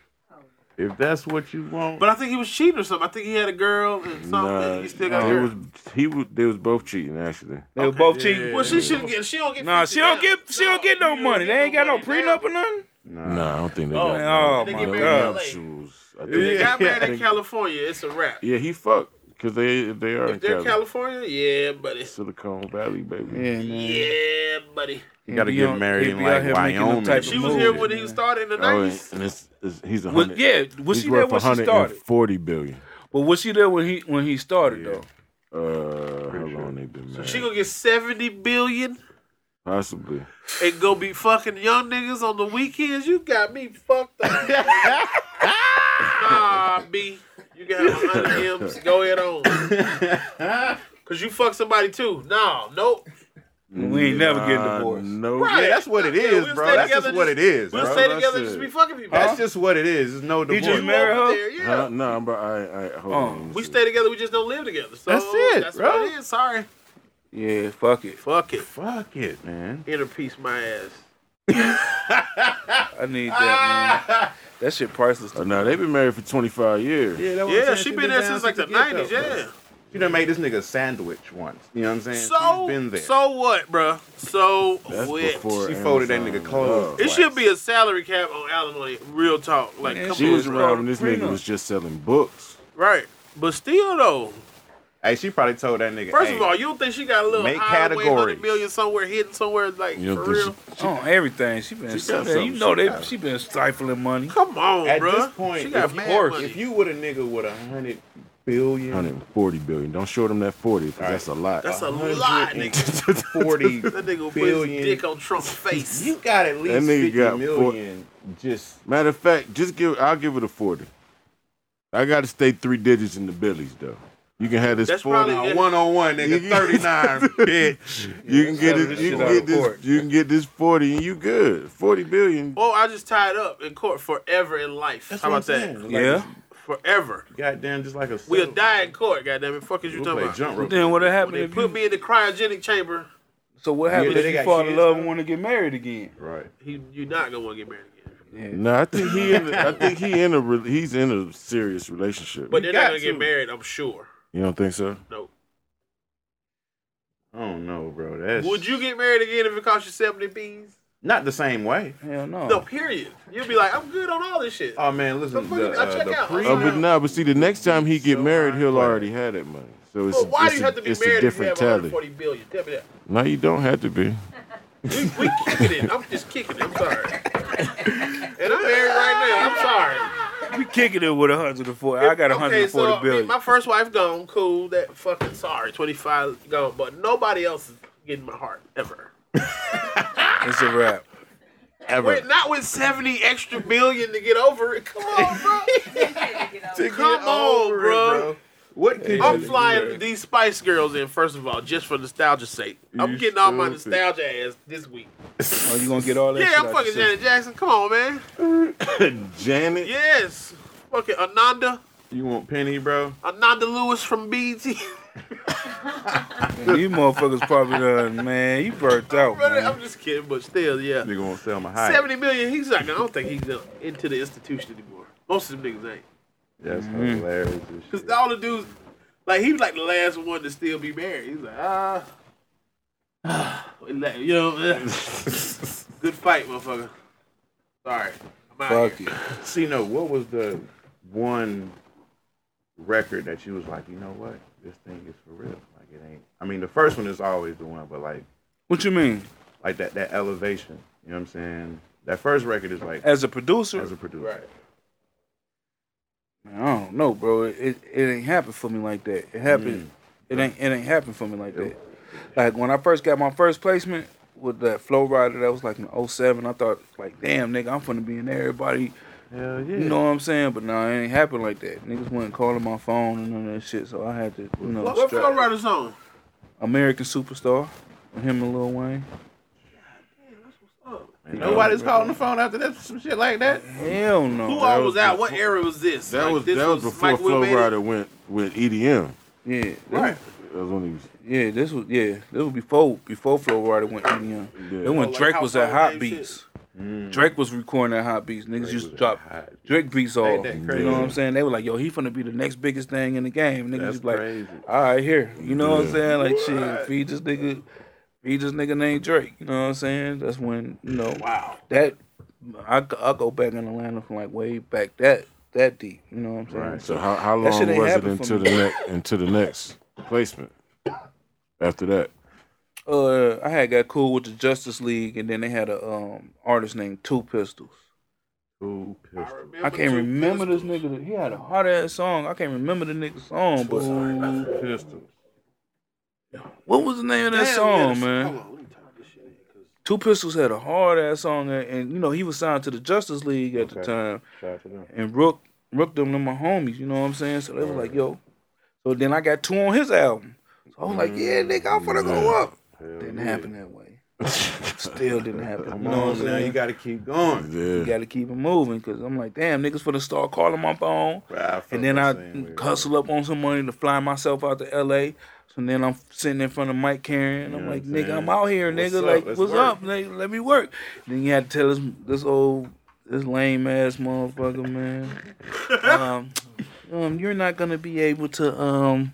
if that's what you want,
But I think he was cheating or something. I think he had a girl and something.
Nah,
and he still got
it
her.
was he was they was both cheating actually.
They were both cheating.
well, she shouldn't get. She don't get.
Nah,
50
she don't
now.
get. She don't get no money. They ain't got no
now.
prenup or nothing.
Nah, I don't think they
Oh,
got.
oh
no-
my
no
God.
nuptials. I
If
think-
They got married
I <laughs>
in
think-
California. It's a wrap.
Yeah, he fucked because they they are
if they're
in Cali-
California, yeah, buddy.
Silicon Valley, baby.
Yeah, man.
Yeah, buddy.
you gotta
He
get
on-
married
he
in
be
like
out here making them
Wyoming.
type of
She was
Move
here
it,
when he started in the
Oh,
nineties.
and, and it's, it's, he's a
Was,
hundred.
yeah, was
he's
she there
worth
when she started?
140 billion.
But was she there when he when he started though?
Uh, how long they been married?
She gonna get seventy billion
Possibly.
and go be fucking young niggas on the weekends. You got me fucked up. nah, B, you got hundred M's. Go ahead on. Cause you fuck somebody too. Nah, nope.
We ain't never getting
Uh,
divorced.
no.
Yeah, that's what it
Yeah,
is,
we'll
bro.
stay
That's
together,
just what it
just-
is,
We'll
bro.
stay
that's
together and
it.
just be fucking people.
That's just what it is. There's no divorce.
just
You
married
up
her?
there, Yeah.
Huh? No, but I, I, I hold
Oh,
on.
We stay together. We just don't live together. So
That's it,
That's
bro.
what it is. Sorry.
Yeah, fuck it.
Fuck it.
Fuck it, man.
Inner peace, my ass.
I need that, man.
<laughs>
That shit priceless.
Oh, no, they've been married for 25 years.
that was
Yeah,
saying.
she been there
down
since like the
get-go,
nineties.
bro.
Yeah.
She done made this nigga a sandwich once. You know what I'm saying?
So
She's been there.
so what, bruh? So
That's
what?
before
She folded that
Amazon
nigga
was
clothes.
up.
It should be a salary cap on alimony. Real talk, like
Man,
come
She
on,
was
bro.
around when this
Prenup.
nigga was just selling books.
right? But still, though,
hey, she probably told that nigga.
first
hey,
of all, you don't think she got a little
make
highway hundred
categories.
million somewhere hidden somewhere, like
You don't
for real?
think
Oh, everything. She
She
been.
got
you
something.
know
She
they.
got-
She been stifling money.
Come on,
at
bruh.
this point,
she got
if,
mad
you,
money.
if you were a nigga with a hundred billion,
140 billion. Don't show them that 40 because
All right.
that's a lot.
That's a
hundred
lot,
and
nigga.
forty
<laughs> That nigga put his
billion.
dick on Trump's
<laughs>
face.
you got at least
nigga
fifty
got
million.
four-
Just
Matter of fact, just give. I'll give it a 40. I got to stay three digits in the billies though. You can have this
That's
40.
probably- Yeah.
one on one, nigga, thirty nine, bitch.
you can get it.
that's how
You can
this shit
get this.
out of
You can get this 40, and you good. 40 billion.
Oh, I just tied up in court forever in life. How about that?
Yeah.
Forever.
Goddamn, just like a.
We'll die in court. Goddamn it! Fuck is you
We'll
talking
play
about?
jump rope.
Then what happened
When they
if you
put me in the cryogenic chamber,
So what happens
they- they
if you
got
fall in
kids,
love
though?
and want to get married again?
Right.
he, you're not gonna want to get married again.
No, I think he. In, I think he in a. re- He's in a serious relationship.
But
You
they're not
got
gonna
to.
get married, I'm sure.
you don't think so?
No.
I don't know, bro. That's
Would you get married again if it cost you 70 B's?
not the same way.
Hell no.
No, period. You'll be like, I'm good on all this shit.
Oh man, listen.
But
The,
look, I
uh,
check
the
out.
pre-
Oh, but no. But see, the next time he get
So
married,
high
he'll
class.
already have that money. So it's.
but why
it's
do you
a,
have to be
it's a
married if you
different
have
tally.
140 billion? Tell me that.
No, you don't have to be.
We, we kicking it. I'm just kicking it. I'm sorry. And I'm married right now. I'm sorry.
We kicking it with 104.
<laughs>
I got 140
I mean,
billion.
my first wife gone, cool. That fucking sorry, twenty five gone, but nobody else is getting my heart ever.
It's a wrap.
Ever.
Wait, not with seventy extra billion to get over it. Come on, bro. <laughs>
To get
come on,
over it,
bro.
What could
I'm
you
flying these Spice Girls in first of all, just for nostalgia's sake. I'm
You
getting all my
stupid.
nostalgia ass this week.
Oh, you gonna get all that? shit
Yeah, I'm
out
fucking
your system.
Janet Jackson. Come on, man.
Janet,
Yes, fucking Ananda,
You want Penny, bro?
Ananda Lewis from <laughs> BT.
Man, You motherfuckers probably done, man. You burnt out,
<laughs> I'm
man.
just kidding, but still, yeah.
Nigga won't sell my high.
Seventy million. He's not. I don't think he's uh, into the institution anymore. Most of them niggas ain't.
That's hilarious. as shit.
Cause all the dudes, like he was like the last one to still be married. He's like, ah, <sighs> ah, you know,
<laughs>
eh. good fight, motherfucker. Sorry, I'm out
Fuck
here.
you.
See, no, what was the one record that you was like, you know what, this thing is for real. Like it ain't. I mean, the first one is always the one, but like,
What you mean?
like that that elevation. You know what I'm saying? That first record is like
As a producer,
as a producer.
Right.
Man, I don't know, bro. It, it it ain't happened for me like that. It
Mm,
happened. It ain't it ain't happened for me like that. Like when I first got my first placement with that Flow Rider, that was like in 07, I thought like, damn nigga, I'm finna be in there. everybody.
Hell yeah.
You know what I'm saying? But nah, it ain't happened like that. Niggas wasn't calling my phone and none of that shit, so I had to, you know,
What Flow Rider song?
American Superstar, with him and Lil Wayne.
Nobody's calling the phone after that. Some shit like that.
Hell no.
Who
bro.
all was out? What era was this?
that
Like,
was
this
that was before
Mike
Flow
Whitman?
Rider went with EDM.
Yeah,
Right.
That was when he was
Yeah, this was yeah, this was before before Flow Rider went EDM.
Yeah.
Then when
Oh, like
Drake was at
household
Hot
name
Beats, Drake was recording at Hot Beats. Niggas used to
Mm. was
drop
at Hot Beats.
Drake beats all.
that
You
crazy?
know what I'm saying? They were like, "Yo, he finna be the next biggest thing in the game." Niggas
That's
just like,
crazy.
"All right, here." You know what
Yeah.
I'm saying? Like, shit, feed this nigga, feed this nigga named Drake. You know what I'm saying? That's when you know
Wow.
that I I go back in Atlanta from like way back that that deep. You know what I'm saying?
Right.
So how how
That shit
long
ain't
was it
happen for
until the
me.
next until the next placement? After that,
uh I had got cool with the Justice League and then they had a um artist named Two Pistols.
Ooh, pissed.
I can't remember this nigga. He had a hard ass song. I can't remember the nigga's song, but
Pistols.
what was the name of that song, man? Two Pistols had a hard ass song, and, and, you know he was signed to the Justice League at the
Okay.
time.
Shout out to them.
And Rook, Rook them to my homies. You know what I'm saying? So they was like, yo. So then I got two on his album. So I was like, yeah, nigga, I'm finna go up. Didn't happen that way. Still didn't happen.
Come
you know what
on
I'm
now,
saying?
you got to keep going.
<laughs>
You
yeah,
gotta keep it moving because I'm like, damn, niggas for the start calling my phone. And then I hustle up on some money to fly myself out to LA. So then I'm sitting in front of Mike Karen. I'm
know
like,
what I'm
nigga, I'm
saying?
out here,
What's
nigga.
up?
Like,
Let's
what's
work."
up? Nigga? Let me work. Then you had to tell this this old this lame ass
<laughs>
motherfucker, man. um, um, you're not gonna be able to um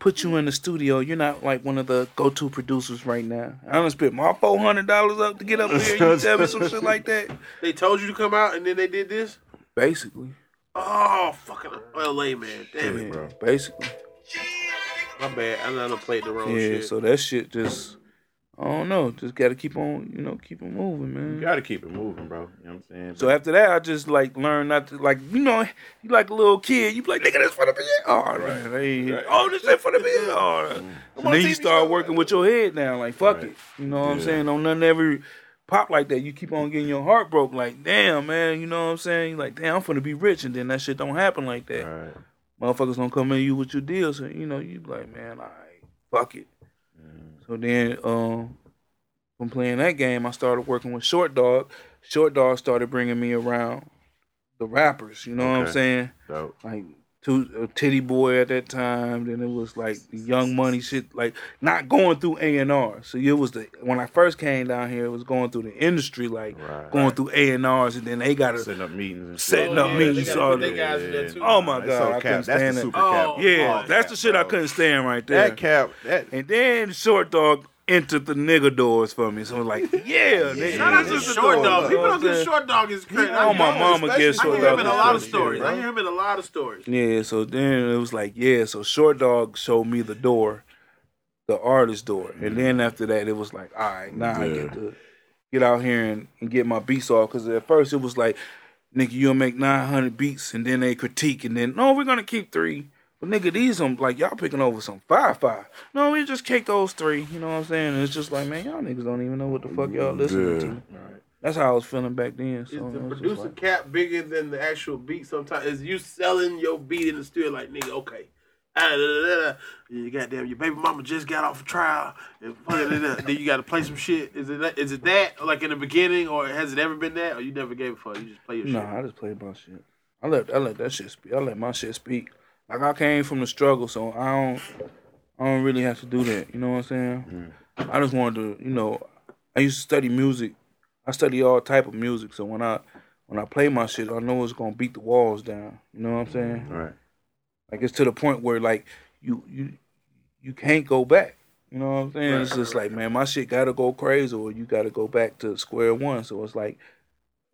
put you in the studio. You're not like one of the go to producers right now. I don't spit my four hundred dollars up to get up here. You tell me some shit
<laughs>
like that.
They told you to come out, and then they did this.
Basically,
Oh, fucking LA, man. Damn it, bro.
yeah, basically.
My bad. I done played the
Oh,
wrong
yeah,
shit.
so that shit just I don't know. Just gotta keep on, you know, keep on moving,
You
man.
got to keep it moving, bro. You know what I'm saying?
So after that, I just like learned not to like, you know, you like a little kid. You be like, nigga, this for the be it. Oh, man, they ain't- oh, this ain't for the be it.
Mm.
Oh. So then you start working with your head now, like fuck it. You know what I'm saying? Don't nothing ever pop like that. You keep on getting your heart broke, like damn, man. You know what I'm saying? Like damn, I'm finna be rich, and then that shit don't happen like that.
All right.
motherfuckers don't come in you with your deals, and you know you be like, man, all right, fuck it.
Mm.
So then, um, from playing that game, I started working with Short Dog. Short Dog started bringing me around the rappers. You know what I'm
Okay.
saying?
So
Like two, uh, Titty Boy at that time. Then it was like the Young Money shit, like not going through A and R. So it was the when I first came down here, it was going through the industry, like
Right.
going through A and R's, and then they got to
setting up meetings and shit.
Setting up
Yeah,
meetings,
they gotta
sorry.
put their guys in there, too.
Oh my
It's
God,
so
I couldn't
cap.
stand
That's the
it.
super
Oh,
cap.
Yeah,
Oh,
that's the shit I
bro.
couldn't stand right there.
That cap. That
And then Short Dog entered the nigga doors for me. So I was like, yeah, nigga.
Shout out to
this
Short Dog.
door, you know
People
what
don't
I'm
get
saying?
Short Dog is crazy.
Oh, my
I
mama gets
hear
Short
him
Dog.
in a lot of
is crazy,
stories. I
bro.
hear him in a lot of stories.
Yeah, so then it was like, yeah, so Short Dog showed me the door. the artist door. And then after that, it was like, all right, now I
Yeah.
get to get out here and, and get my beats off. Because at first it was like, nigga, you'll make 900 beats and then they critique. And then, no, we're going to keep three. But nigga, these um like y'all picking over some five five. No, we just kick those three. You know what I'm saying? And it's just like man, y'all niggas don't even know what the fuck y'all listening to. That's how I was feeling back then.
Is
So
the
it was just
producer
like-
cap bigger than the actual beat sometimes? Is you selling your beat in the studio like, nigga, okay. Ah, da, da, da, da. You goddamn, your baby mama just got off trial, and <laughs> put it in there. then you got to play some shit. Is it that- is it that like in the beginning, or has it ever been that, or you never gave a fuck? You just play your
No,
shit.
I just played my shit. I let I let that shit speak. I let my shit speak. Like I came from the struggle, so I don't I don't really have to do that. You know what I'm saying?
Mm-hmm.
I just wanted to, you know, I used to study music. I study all type of music. So when I when I play my shit, I know it's gonna beat the walls down. You know what I'm saying?
Right.
Like it's to the point where like you you you can't go back. You know what I'm saying?
Right,
it's just
right,
like, man, my shit gotta go crazy or you gotta go back to square one. So it's like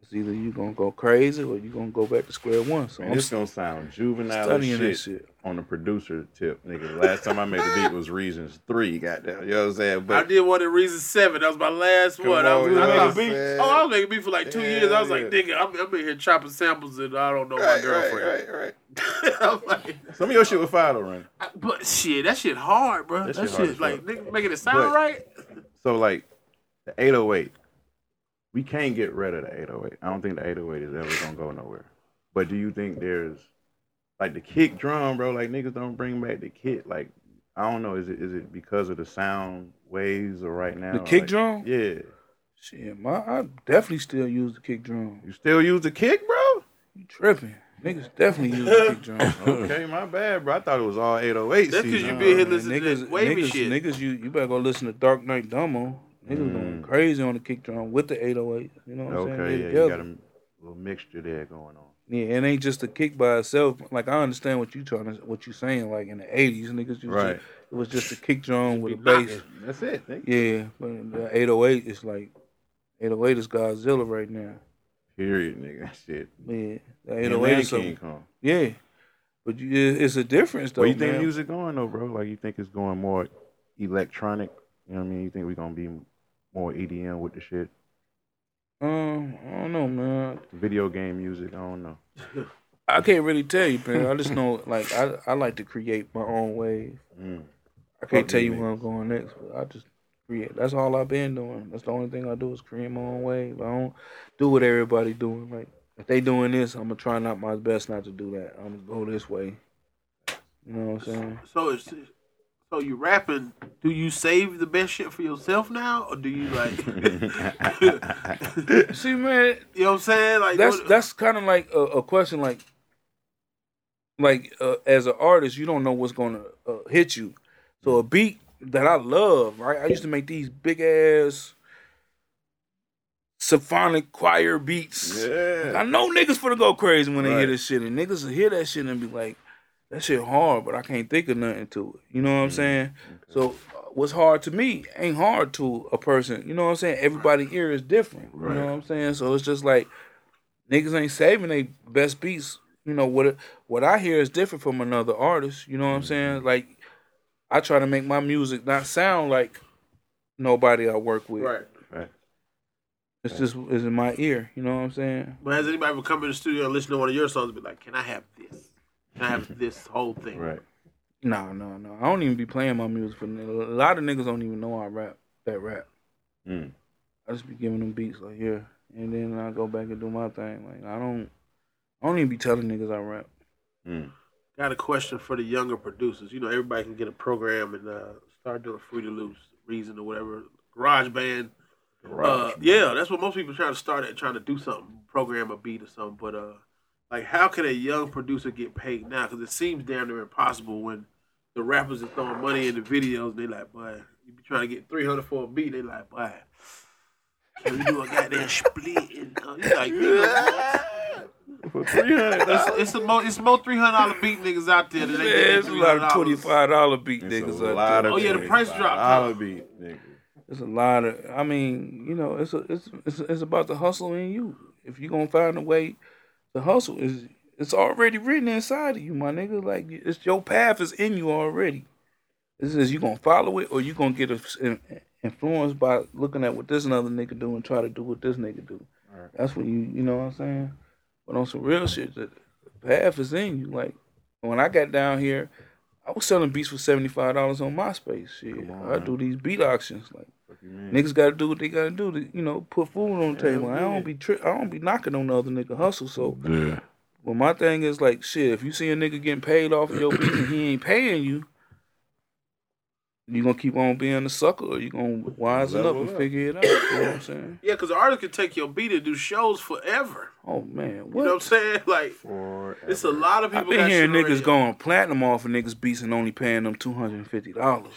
it's either you gonna go crazy or you gonna go back to square one. So
Man,
I'm
this gonna sound juvenile as
studying
shit,
this shit.
on the producer tip, nigga. Last time I made the beat was Reasons Three. Goddamn, you know what I'm saying?
I
But
did one in Reason Seven. That was my last one. I
on,
was, I
you know
thought-
what I'm saying?
oh, I was making beat for like two
Yeah,
years. I was
yeah.
like, nigga, I'm, I'm in here chopping samples, and I don't know my
right, right,
girlfriend.
right, right.
<laughs> I'm like,
Some of your shit was fire though, Ren.
I- but shit, that shit hard,
That
bro. That,
shit hard
shit,
as
like
fuck.
nigga making it sound
But-
right.
So like the 808, we can't get rid of the 808. I don't think the 808 is ever gonna go nowhere. But do you think there's like the kick drum, bro? Like niggas don't bring back the kick. Like I don't know. Is it is it because of the sound waves or right now?
The kick
Like,
drum?
Yeah.
Shit, my I definitely still use the kick drum.
You still use the kick, bro?
You tripping. Niggas definitely use the kick drum.
<laughs> Okay, my bad, bro. I thought it was all 808.
That's 'cause
season.
you
Nah,
been here
man.
listening to
niggas,
that wavy
niggas,
shit.
niggas, you you better go listen to Dark Knight Dumbo. Niggas going crazy on the kick drum with the 808. You know what I'm saying? They
Mm. Okay, yeah, you
together.
got a m- little mixture there going on.
Yeah, it ain't just a kick by itself. Like I understand what you trying to, what you saying. Like in the eighties, niggas, used to-
Right.
it was just a kick drum with a
be
bass.
That's it. Nigga.
Yeah, but the eight oh eight is like eight oh eight is Godzilla right now.
Period, nigga. <laughs> Shit.
Yeah, the eight
Ain't
oh
man
eight is
King
something.
Kong.
Yeah, but you, it- it's a difference though.
Where you think
man.
music going though, bro? Like you think it's going more electronic? You know what I mean? You think we're gonna be more EDM with the shit?
Um, I don't know, man.
Video game music? I don't know.
I can't really tell you, man. I just know, like, I I like to create my own wave.
Mm.
I can't
Fuck
tell
you,
you
man.
where I'm going next, but I just create. That's all I've been doing. That's the only thing I do is create my own wave. I don't do what everybody doing. Like if they doing this, I'm gonna try not my best not to do that. I'm gonna go this way. You know what I'm saying?
So it's so you rapping. Do you save the best shit for yourself now, or do you
<laughs>
like? <laughs> you know
See, man,
what I'm saying? Like
that's
what-
that's kind of like a, a question. Like, like uh, as an artist, you don't know what's gonna uh, hit you. So a beat that I love, right? I used to make these big ass symphonic choir beats. I
Yeah.
know niggas finna go crazy when they
Right.
hear this shit, and niggas will hear that shit and be like, "That shit hard," but I can't think of nothing to it. You know what I'm saying? So, uh, what's hard to me ain't hard to a person. You know what I'm saying? Everybody ear is different. You
Right.
know what I'm saying? So it's just like niggas ain't saving they best beats. You know what? it- What I hear is different from another artist. You know what I'm saying? Like, I try to make my music not sound like nobody I work with.
right.
Right.
It's just it's in my ear. You know what I'm saying?
But has anybody ever come in the studio and listened to one of your songs and be like, "Can I have this? Can I
<laughs>
have this whole thing?"
Right.
No, no, no. I don't even be playing my music for n- a lot of niggas. Don't even know I rap that rap.
Mm.
I just be giving them beats like yeah, and then I go back and do my thing. Like I don't, I don't even be telling niggas I rap.
Mm.
Got a question for the younger producers. You know, everybody can get a program and uh, start doing Fruity Loops, Reason, or whatever, Garage Band. Uh, yeah, that's what most people trying to start at, trying to do something, program a beat or something. But uh, like, how can a young producer get paid now? Because it seems damn near impossible when the rappers are throwing money in the videos. They like, boy, you be trying to get three hundred for a beat. They like, boy, can we do a goddamn split? And, uh, you like,
<laughs>
nigga,
For three hundred
it's,
dollars.
it's a mo, it's mo three hundred dollar beat niggas out there that ain't
Yeah,
getting
it's a
three
lot
hundred
of twenty
dollars.
five dollar beat
It's
niggas
a
out
lot
there.
of
Oh, yeah, the price dropped, huh?
Dollar beat, nigga.
It's a lot of. I mean, you know, it's a, it's it's it's about the hustle in you. If you gonna find a way, the hustle is it's already written inside of you, my nigga. Like it's your path is in you already. This is you gonna follow it or you gonna get in- influenced by looking at what this another nigga do and try to do what this nigga do.
Right.
That's what you you know what I'm saying. But on some real shit, the the path is in you. Like when I got down here, I was selling beats for seventy five dollars on MySpace. Shit,
Come on,
I
man.
do these beat auctions. Like
Fuck you, man.
niggas got to do what they got to do to you know put food on the
Hell
table. I
yeah.
don't be tri- I don't be knocking on the other nigga hustle. So
Yeah.
well, my thing is like, shit. If you see a nigga getting paid off of your beat and he ain't paying you, you gonna keep on being a sucker, or you gonna wise it up
Level
and
up.
figure it out. You know what I'm saying?
Yeah, because the artist can take your beat and do shows forever.
Oh man,
You
what?
know what I'm saying? Like,
Forever.
it's a lot of people.
I've been
that
hearing
shit
niggas
already-
going platinum off of niggas beats and only paying them two hundred and fifty dollars.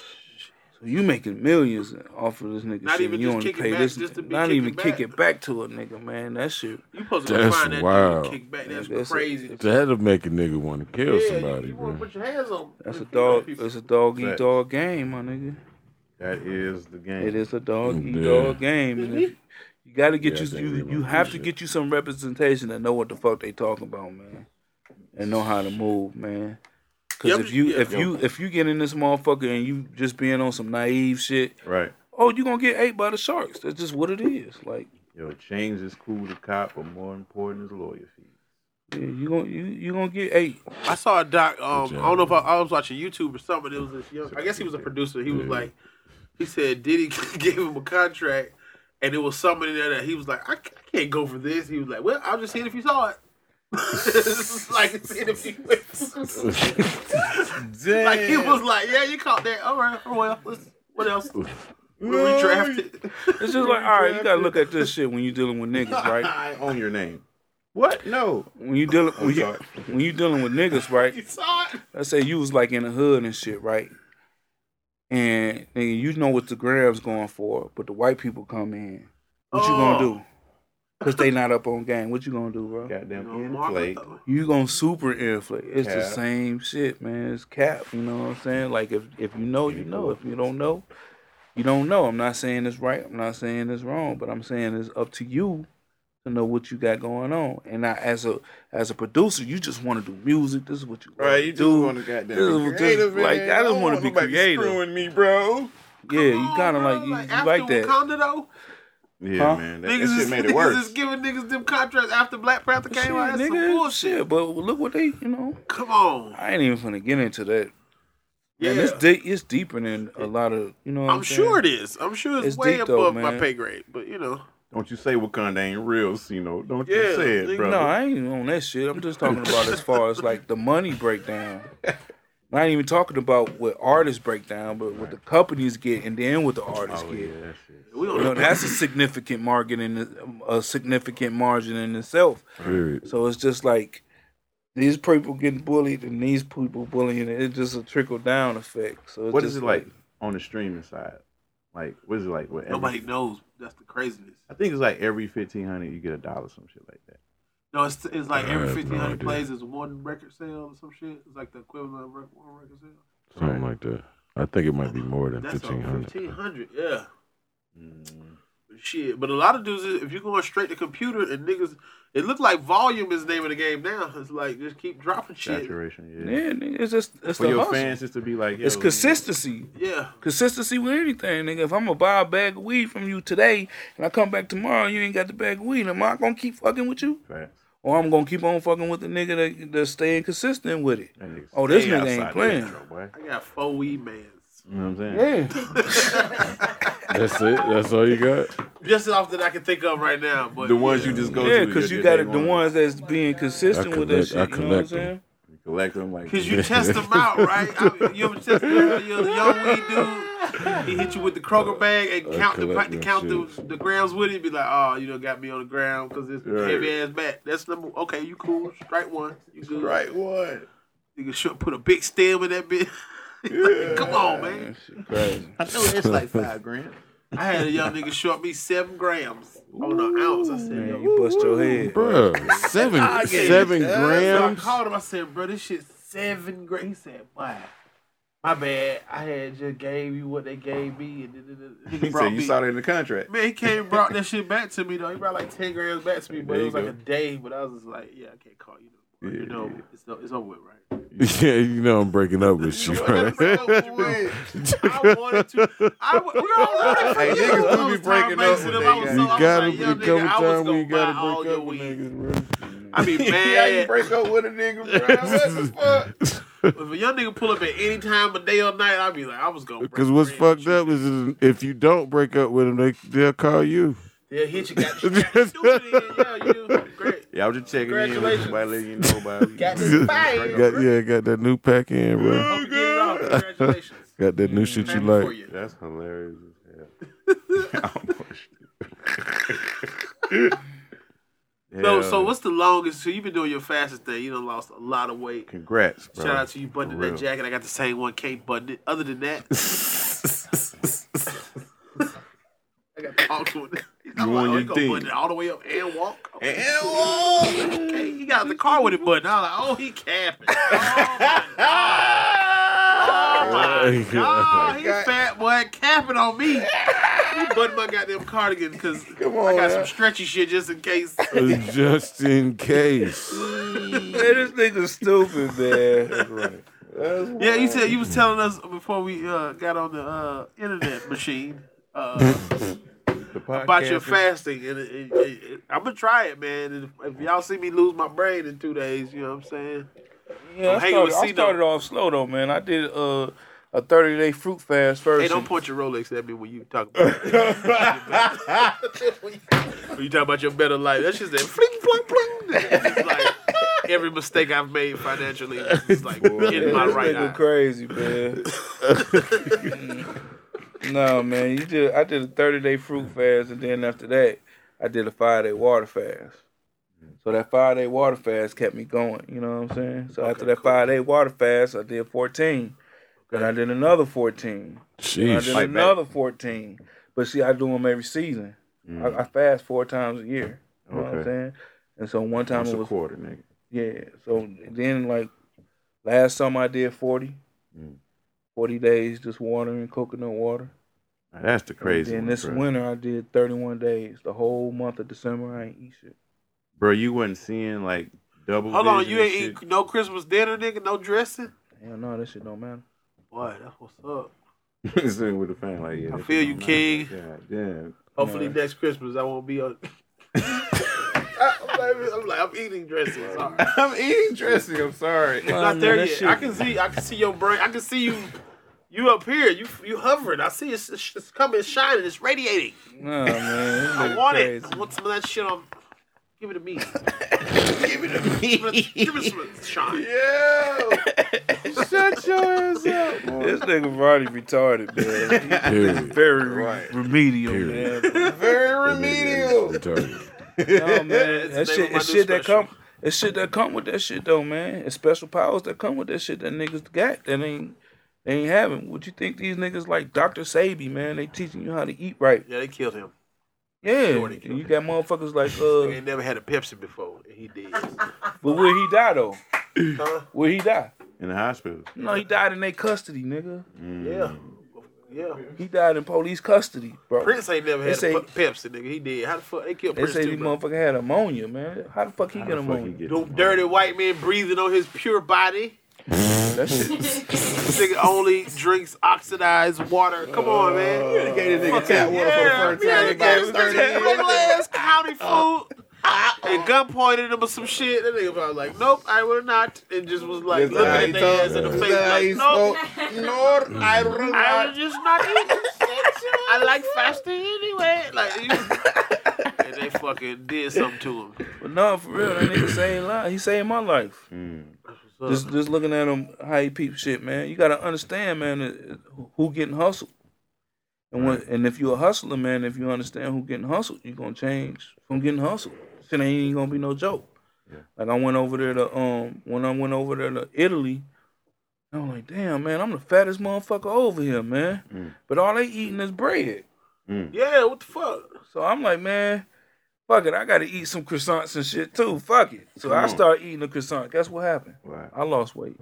So you making millions off of this nigga
Not
shit.
even
and you
just
only
kick it
pay
back
this.
just to be
not
kicking
even kick
back.
it back to a nigga, man. That shit.
You supposed to
That's
find that
wild.
dude and kick back. That's,
That's a-
crazy.
That'll make a nigga want to kill
yeah,
somebody,
you, you want to
bro.
put your hands on.
That's a
people.
dog. It's a dog eat
Facts.
dog game, my nigga.
That is the game.
It is a dog
Mm,
eat
Yeah.
dog game. and if- you got to get
Yeah, I
you
think
you,
we
you
want
have
that
to
shit.
get you some representation and know what the fuck they talking about, man, and know how to move, man. Cause
Yeah, I'm
if
just-
you
yeah.
if you if you get in this motherfucker and you just being on some naive shit,
Right.
oh you gonna get ate by the sharks. That's just what it is. Like
Yo, change is cool to cop, but more important is lawyer
<laughs>
fees.
yeah, you gonna you you gonna get ate.
I saw a doc. Um,
job.
I don't know if I, I was watching YouTube or something. It was this young. I guess he was a producer. He was like, he said Diddy <laughs> gave him a contract, and it was somebody there that he was like, I, ca- I can't go for this. He was like, Well, I'll just see it if you saw it. <laughs> It's like see it if you. <laughs>
<laughs>
like he was like, Yeah, you caught that. All right. oh, Well, let's, what else? We redrafted.
It's just like all right, you gotta look at this shit when you dealing with niggas,
<laughs>
right?
I own your name. What? No.
When you dealing
I'm
when you,
sorry.
when you dealing with niggas,
<laughs>
right?
you saw it.
let's say you was like in the hood and shit, right? And nigga, you know what the grab's going for, but the white people come in. What you gonna do? Cause they not up on game. What you gonna do, bro?
Goddamn
No, Mark, I <laughs>
inflate.
thought-
You gonna super inflate. It's the
Cap.
same shit, man. It's cap. You know what I'm saying? Like if if you know, you know. If you don't know, you don't know. I'm not saying it's right. I'm not saying it's wrong. But I'm saying it's up to you to know what you got going on. And I, as a as a producer, you just want to do music. This is what you wanna
Right, you do want to goddamn
this
be
is just
creative,
like,
man.
I just
don't
wanna
want
be
nobody
creative.
Screwing me, bro.
Yeah,
Come
you
on,
kind of
bro,
like you, you
after
like that.
Wakanda, though,
Yeah,
Huh?
man. That, that
niggas
shit
is,
made <laughs>
niggas
it worse.
is giving niggas them contracts after Black Panther came
Shit,
out. That's some
nigga,
bullshit.
shit, but look what they, you know.
Come on.
I ain't even finna get into that.
Yeah.
Man, it's deep. It's deeper than a lot of, you know. What
I'm sure it is. I'm sure it's,
It's
way
deep,
above
though,
my
man.
pay grade, but you know.
Don't you say Wakanda ain't real, Sino. Don't
Yeah,
you say it,
nigga,
bro.
No, I ain't on that shit. I'm just talking about as far as like the
<laughs>
money breakdown. Not even talking about what artists break down, but what the companies get, and then what the artists
oh,
get.
yeah, that shit.
We
You
don't
know, that's a significant margin in a significant margin in itself.
Period.
So it's just like these people getting bullied and these people bullying. It's just a trickle down effect. So it's
What is
just
it like on the streaming side? Like, what is it like? What, every-
Nobody knows. That's the craziness.
I think it's like every fifteen hundred you get a dollar, some shit like that.
No, it's, it's like
I
every
have no
1500
idea.
plays is one record sale or some shit. It's like the equivalent of rec- one record sale.
Something like that. I think it might be more than
That's
fifteen
1500.
hundred.
1500 yeah. Mm. Shit. But a lot of dudes, is- if you're going straight to computer and niggas, it look like volume is the name of the game now. It's like just keep dropping shit.
Saturation, yeah.
Yeah, nigga, it's just it's
For
the
your
hustle.
fans, just to be like,
It's
yo,
consistency.
Yeah.
Consistency with anything, nigga. If I'm gonna buy a bag of weed from you today and I come back tomorrow and you ain't got the bag of weed, am I gonna keep fucking with you?
Facts.
Or I'm gonna keep on fucking with the nigga that, that's staying consistent with it.
That nigga
Oh, this
stay
nigga
outside
ain't
the
playing.
metro, boy.
I got four weed mans.
You know what I'm saying?
Yeah.
That's it. That's all you got.
Just off that I can think of right now. But
The ones
yeah.
you just go to.
yeah, because
your
you
day
got it, the
one.
ones that's being consistent
I
with that
collect- I
shit. You know what I'm
collect 'em.
saying?
You collect them
<laughs>
like. <laughs>
Cause you test them out, right? I mean, you ever test them out? You're a young weed dude. He hit you with the Kroger bag and
I
count the
collect
the
them
count the,
shits.
the grams with it. Be like, oh, you know, got me on the ground because it's
Right.
heavy ass bat. That's number. Okay, you cool. Strike one. You good?
right. What?
Nigga, sure put a big stem in that bitch. <laughs> Like, Come on, man.
Crazy.
I know it's like five grand.
I had a young nigga short me seven grams on an ounce. I said, yo,
Man, you bust your head.
Bro, seven seven
So I
grams.
called him. I said, "Bro, this shit seven grade." He said, "Why? My bad. I had just gave you what they gave me." And then the
He said you saw that in the contract.
Man, he came and brought that shit back to me though. He brought like ten grams back to me, but
There
it
you
was like
go.
a day. But I was just like, "Yeah, I can't call you no But, you know, it's, no, it's over with,
<laughs>
<laughs>
right? <laughs>
Yeah, you know I'm breaking up with you, right?
I
<laughs>
wanted to. I, w- we all learning from
Hey,
you.
niggas do
I
be
was
breaking
Tom
up
Mason
when
and
they
I was
You
got-
so- I was
gotta
like,
be
yo,
coming
nigga, I was
time when you
gonna buy
gotta
all
break
your
up with
weed. <laughs>
niggas,
I be
Yeah, you
mad.
break up with a nigga, bro. What the fuck?
<laughs>
<laughs> if a young nigga pull up at any time of day or night, I'd be like, I was gonna. break
Because what's
bread with
fucked
you.
up is, is if you don't break up with them, they they'll call you. <laughs>
They'll hit
<laughs>
you. Got you. Got you stupid. again. Yeah, you do. great.
Yeah, I was just checking in with you by letting you know about
Got
it.
this fire.
Got yeah, got that new pack in, bro.
Hope you get it off. Congratulations.
Got that new shit you
Happy for
like.
you.
<laughs> That's hilarious as hell.
<laughs> So, so what's the longest? So you've been doing your fastest thing. You done lost a lot of weight.
Congrats, bro.
Shout out to you buttoning
For
that
real.
jacket. I got the same one, can't button it. Other than
<laughs>
that, I got to talk to <laughs> it. You
want your thing.
"Oh, Button it all the way up and walk. Okay,
And-
he got out the car with it buttoned. I was like, oh, he capping. <laughs> Oh my god. Oh my god, he fat boy capping on me. He buttoned my goddamn cardigan because I got some stretchy shit just in case.
Just in case.
Man, this nigga
<laughs>
stupid, man.
Yeah, you said you was telling us before we uh, got on the uh, internet machine <laughs> uh,
The podcast
about your
is-
fasting, and it, it, it, it- I'm gonna try it, man. And if, if y'all see me lose my brain in two days, you know what I'm saying?
Yeah, I
hanging
started,
with
I
C-Dot.
started off slow though, man. I did uh, a thirty day fruit fast first.
Hey, don't point your Rolex at me when you talk about
<laughs>
when you talk about your better life. That's just that fling fling fling. It's like every mistake I've made financially is just like in
Yeah,
my
this
right
nigga
eye.
crazy, man. no, man. You did. I did a thirty day fruit fast, and then after that, I did a five day water fast. So that five day water fast kept me going. You know what I'm saying? So after that five day water fast, I did fourteen. Then I did another fourteen. Then I did
Sheesh.
Like that.
another fourteen. But see, I do them every season. I, I fast four times a year. You know what I'm
Okay.
saying? And so one time
It's
it
a
was
quarter, nigga.
yeah. So then, like last summer, I did 40.
Mm.
40 days just watering coconut water.
Now, that's the crazy
and then
one,
this
bro.
winter, I did 31 days. The whole month of December, I ain't eat shit.
Bro, you wasn't seeing like double.
Hold on,
vision
you
and
ain't
shit?
eat no Christmas dinner, nigga. No dressing.
Hell no, this shit don't matter.
Boy, that's what's up.
<laughs> Sitting with the fan like, yeah,
I
this
feel
shit
you,
don't
King.
matter. God damn.
Hopefully next Christmas I won't be on. I'm, like, <laughs> I'm like, I'm eating dressing. Sorry.
I'm eating dressing. I'm
<laughs>
sorry.
not there
Oh, that
yet.
shit-
I can see. I can see your brain. I can see you. You up here. You you hovering. I see it's, it's, it's coming. It's shining. It's radiating.
No, man. <laughs> This
I
nigga
want
crazy.
it. I want some of that shit on. Give it <laughs> to me. give it to me. Give it some of the shine.
Shut your ass up.
This nigga already retarded, man.
Period.
<laughs>
Very re- remedial, man.
Very
Remedial.
No, man.
It's
That
the name of
shit,
my
it's
new
shit that
special.
come. It's shit that come with that shit though, man. It's special powers that come with that shit that niggas got that ain't they ain't having. What you think these niggas like Dr. Sabi, man? They teaching you how to eat right.
Yeah, they killed him.
Yeah,
Shorty killed
you got motherfuckers like
They
uh,
ain't never had a Pepsi before, and he did.
but will he die though? Will he die?
In the hospital.
No, he died in their custody, nigga.
Yeah, yeah.
He died in police custody, bro.
Prince ain't never
They
had
say-
a fu- Pepsi, nigga. He did. How the fuck they killed
They
Prince
say
too?
this
bro?
motherfucker had ammonia, man. How the fuck he get
How the fuck you
ammonia?
get
Them
that?
dirty white men breathing on his pure body.
That shit.
This nigga only drinks oxidized water. Come on, man.
Oh,
You gave this nigga tap water for the first time. gave this nigga regular ass county food. And gunpointed him or some shit. That nigga probably like, nope, I will not. And just was like, looking at their ass in the face <laughs> like, nope,
I don't
I will just not eat this shit. I like fasting anyway. Like, you- and they fucking did something to him.
But no, for real, that nigga saved life. He saved my life. Just, just looking at him, how he peep shit, man. You gotta understand, man, uh, who getting hustled, and when, and if you a hustler, man, if you understand who getting hustled, you gonna change from getting hustled. Shit ain't even gonna be no joke. Like I went over there to um, when I went over there to Italy, I'm like, damn, man, I'm the fattest motherfucker over here, man. But all they eating is bread.
Yeah, what the fuck?
So I'm like, man, fuck it. I got to eat some croissants and shit too. Fuck it. So I start eating a croissant. Guess what happened?
Wow.
I lost weight.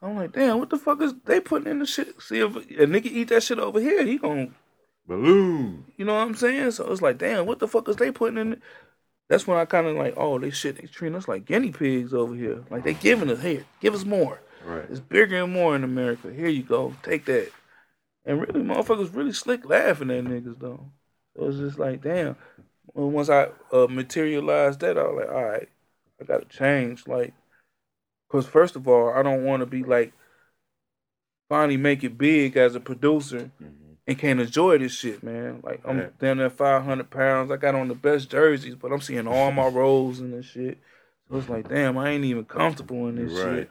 So I'm like, damn, what the fuck is they putting in the shit? See, if a nigga eat that shit over here, he gon'
Balloon.
you know what I'm saying? So it's like, damn, what the fuck is they putting in? that's when I kind of like, oh, they shit, they treating us like guinea pigs over here. Like they giving us here, give us more.
Right.
It's bigger and more in America. Here you go, take that. And really, motherfuckers really slick laughing at niggas though. So it's just like, damn. Well, once I uh, materialized that, I was like, all right, I gotta change. Like, cause first of all, I don't want to be like finally make it big as a producer and can't enjoy this shit, man. Like I'm
Yeah.
down there 500 pounds. I got on the best jerseys, but I'm seeing all my rolls and this shit. So it's like, damn, I ain't even comfortable in this
Right.
shit.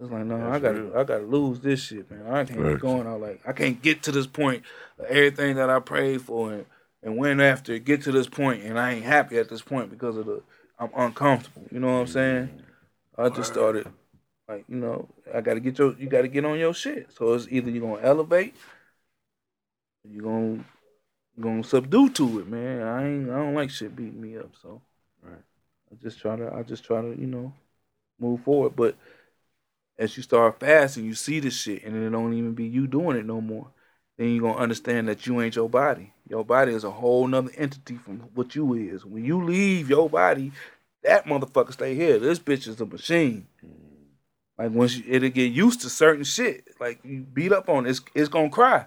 It's like, no, I
That's
gotta,
real.
I gotta lose this shit, man. I can't
Right.
keep going out like I can't get to this point. Of everything that I prayed for and, and went after, get to this point, and I ain't happy at this point because of the I'm uncomfortable. You know what I'm saying? I just started like, you know, I gotta get your, you gotta get on your shit. So it's either you're gonna elevate, or you're gonna you gonna subdue to it, man. I ain't, I don't like shit beating me up. So
Right.
I just try to, I just try to, you know, move forward. But as you start fasting, you see this shit, and it don't even be you doing it no more. Then you gonna understand that you ain't your body. Your body is a whole nother entity from what you is. When you leave your body, that motherfucker stay here. This bitch is a machine. Like once you, it'll get used to certain shit. Like you beat up on it, it's it's gonna cry.